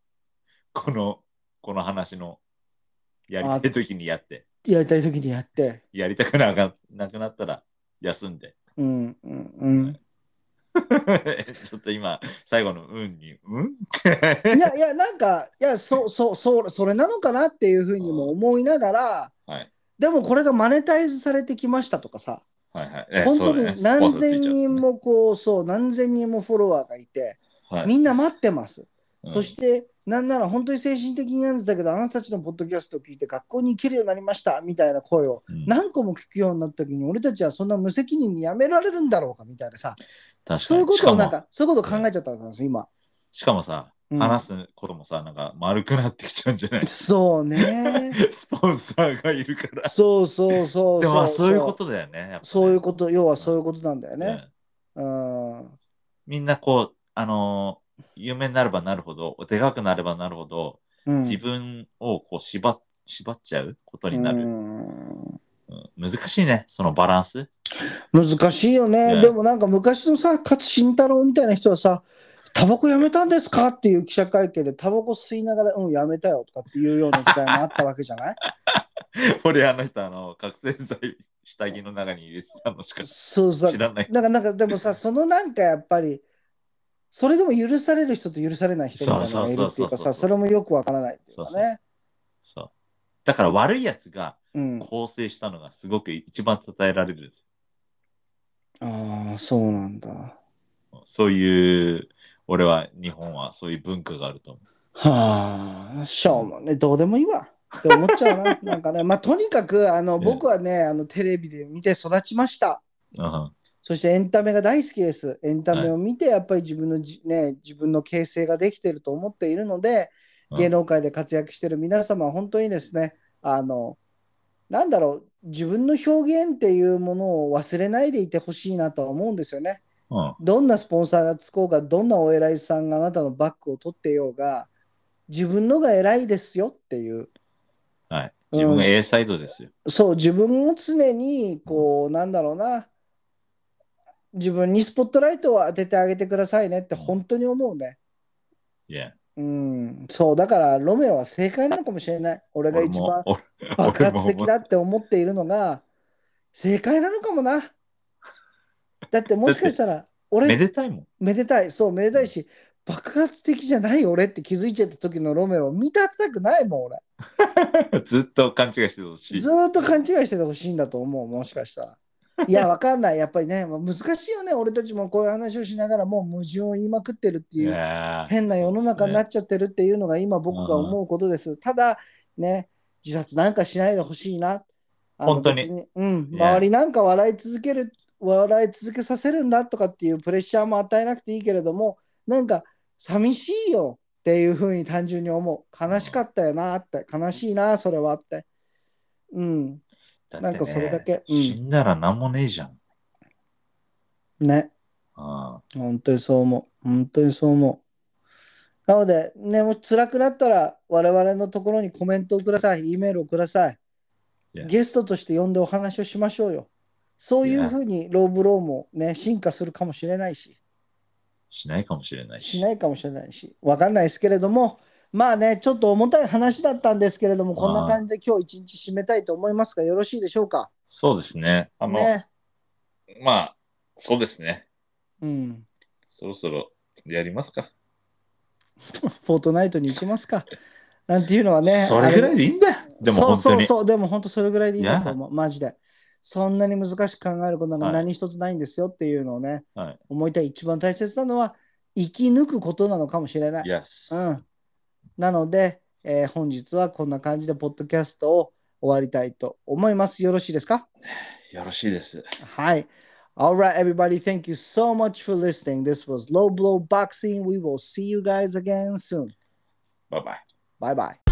Speaker 1: この、この話の、やりたい時にやって、
Speaker 2: やりたい時にやって
Speaker 1: やりたくながなくなったら休んで。
Speaker 2: うんうんうん
Speaker 1: ちょっと今、最後のうんに、うんって。
Speaker 2: いやいやなんかいやそうそうそうそれなのかなっていうふうにも思いながら
Speaker 1: はい。
Speaker 2: でもこれがマネタイズされてきましたとかさ
Speaker 1: はいはい。え
Speaker 2: 本
Speaker 1: そ
Speaker 2: 当
Speaker 1: うだね
Speaker 2: に何千
Speaker 1: スポンサーついちゃう
Speaker 2: 人
Speaker 1: とね
Speaker 2: もこうそう何千人もフォロワーがいて
Speaker 1: はい
Speaker 2: みんな待ってます、
Speaker 1: うん
Speaker 2: そしてなんなら本当に精神的になんだけどあなたたちのポッドキャストを聞いて学校に行けるようになりましたみたいな声を
Speaker 1: うん
Speaker 2: 何個も聞くようになった時に俺たちはそんな無責任にやめられるんだろうかみたいなさ
Speaker 1: 確かに
Speaker 2: そういうことをなん
Speaker 1: し
Speaker 2: かそういうことを考えちゃったんですよ今
Speaker 1: しかもさ、
Speaker 2: うん
Speaker 1: 話すこともさ、なんか丸くなってきちゃうんじゃない
Speaker 2: そうね。
Speaker 1: スポンサーがいるから。
Speaker 2: そうそうそう。
Speaker 1: でもまあそういうことだよね。やっぱね
Speaker 2: そういうこと、要はそういうことなんだよね。
Speaker 1: うん
Speaker 2: うん。
Speaker 1: みんなこう、あのー有名になればなるほど、でかくなればなるほど、
Speaker 2: うん
Speaker 1: 自分をこう縛っ縛っちゃうことになる、
Speaker 2: うん
Speaker 1: うん難しいね、そのバランス。
Speaker 2: 難しいよね。
Speaker 1: ね
Speaker 2: でもなんか昔のさ、勝慎太郎みたいな人はさ、タバコやめたんですかっていう記者会見で、タバコ吸いながら、うん、やめたよとかっていうような時代もあったわけじ ゃない
Speaker 1: 俺、あの人、あの、覚醒剤下着の中に入れてたのしか
Speaker 2: そうそう
Speaker 1: 知。らない。
Speaker 2: なんか、なんか、でもさ、そのなんかやっぱり、それでも許される人と許されない人みたいなのがいるってい
Speaker 1: そうそう
Speaker 2: うか
Speaker 1: そうそう
Speaker 2: さ、それもよくわからないっていうかね。
Speaker 1: そうそうそうだから悪いやつが
Speaker 2: うん。
Speaker 1: 構成したのがすごく一番称えられるんです
Speaker 2: ああ、そうなんだ。は
Speaker 1: よ。そういう、俺は日本はそういう文化があると思う。
Speaker 2: あ、しょうもね、どうでもいいわ。って思っちゃうな。なんかね、まあ、とにかく、あの、
Speaker 1: ね
Speaker 2: 僕はね、あの、テレビで見て育ちました。
Speaker 1: うん
Speaker 2: そしてエンタメが大好きです。エンタメを見て、やっぱり自分のじ、ね、自分の形成ができていると思っているので、
Speaker 1: うん
Speaker 2: 芸能界で活躍している皆様は本当にですね、あの、なんだろう、自分の表現っていうものを忘れないでいてほしいなとは思うんですよね。
Speaker 1: うん
Speaker 2: どんなスポンサーがつこうが、どんなお偉いさんがあなたのバッグを取ってようが、自分のが偉いですよっていう、
Speaker 1: はい。
Speaker 2: うん
Speaker 1: 自分が A サイドですよ。
Speaker 2: そう、自分を常に、こう、なんだろうな、自分にスポットライトを当ててあげてくださいねって本当に思うね。
Speaker 1: いや、
Speaker 2: うん、そう、だからロメロは正解なのかもしれない。俺が
Speaker 1: 俺
Speaker 2: 一番
Speaker 1: も、俺
Speaker 2: 爆
Speaker 1: 俺も
Speaker 2: 発
Speaker 1: 思う
Speaker 2: 的だって思っているのが、正解なのかもな。 だってもしかしたら、俺
Speaker 1: めでたいもん。
Speaker 2: めでたい、そう、めでたいし、爆発的じゃない俺って気づいちゃった時のロメロ、見たたくないもん、俺。
Speaker 1: ずっと勘違いしてほしい
Speaker 2: ず。ーっと勘違いしててほしいんだと思う、もしかしたら。いや、わかんない。やっぱりね、まあ難しいよね。俺たちもこういう話をしながら、もう矛盾を言いまくってるって
Speaker 1: い
Speaker 2: いう、
Speaker 1: やー
Speaker 2: 変な世の中になっちゃってるっていうのが今僕が思うことです。ただ、ね、自殺なんかしないでほしいな。あの
Speaker 1: 本当に
Speaker 2: 別に。うん、
Speaker 1: ね
Speaker 2: 周りなんか笑い続ける、笑い続けさせるんだとかっていうプレッシャーも与えなくていいけれども、なんか寂しいよっていうふうに単純に思う。悲しかったよなって、悲しいな、それはって。うん、
Speaker 1: だってね
Speaker 2: なんかそれだけうん
Speaker 1: 死んだら何もねえじゃん。
Speaker 2: ね。
Speaker 1: あ
Speaker 2: 本当にそう思う。本当にそう思う。なので、ね、もし辛くなったら、我々のところにコメントをください、E メールをください。
Speaker 1: いや
Speaker 2: ゲストとして呼んでお話をしましょうよ。そういうふうにローブローもね、進化するかもしれないし、
Speaker 1: しないかもしれない
Speaker 2: し
Speaker 1: し。
Speaker 2: ないかもしれないし、わかんないですけれども、まあね、ちょっと重たい話だったんですけれども、こんな感じで今日一日締めたいと思いますが、よろしいでしょうか。
Speaker 1: そうですね。あの、
Speaker 2: ね。
Speaker 1: まあ、そうですね。
Speaker 2: うん。
Speaker 1: そろそろやりますか。
Speaker 2: フォートナイトに行きますか。なんていうのはね、
Speaker 1: それぐらいでいいんだよ。でも本当
Speaker 2: そうそう
Speaker 1: に。
Speaker 2: そう、でも本当それぐらいでいいなと思う、マジで。そんなに難しく考えることなんか
Speaker 1: はい
Speaker 2: 何一つないんですよっていうのをね、
Speaker 1: はい
Speaker 2: 思いたい一番大切なのは生き抜くことなのかもしれない。
Speaker 1: Yes
Speaker 2: う。ん、なので、えー本日はこんな感じでポッドキャストを終わりたいと思います。よろしいですか
Speaker 1: よろしいです。
Speaker 2: はい。Alright, everybody, thank you so much for listening. This was Low Blow Boxing. We will see you guys again soon.
Speaker 1: バイバイ。
Speaker 2: Bye bye.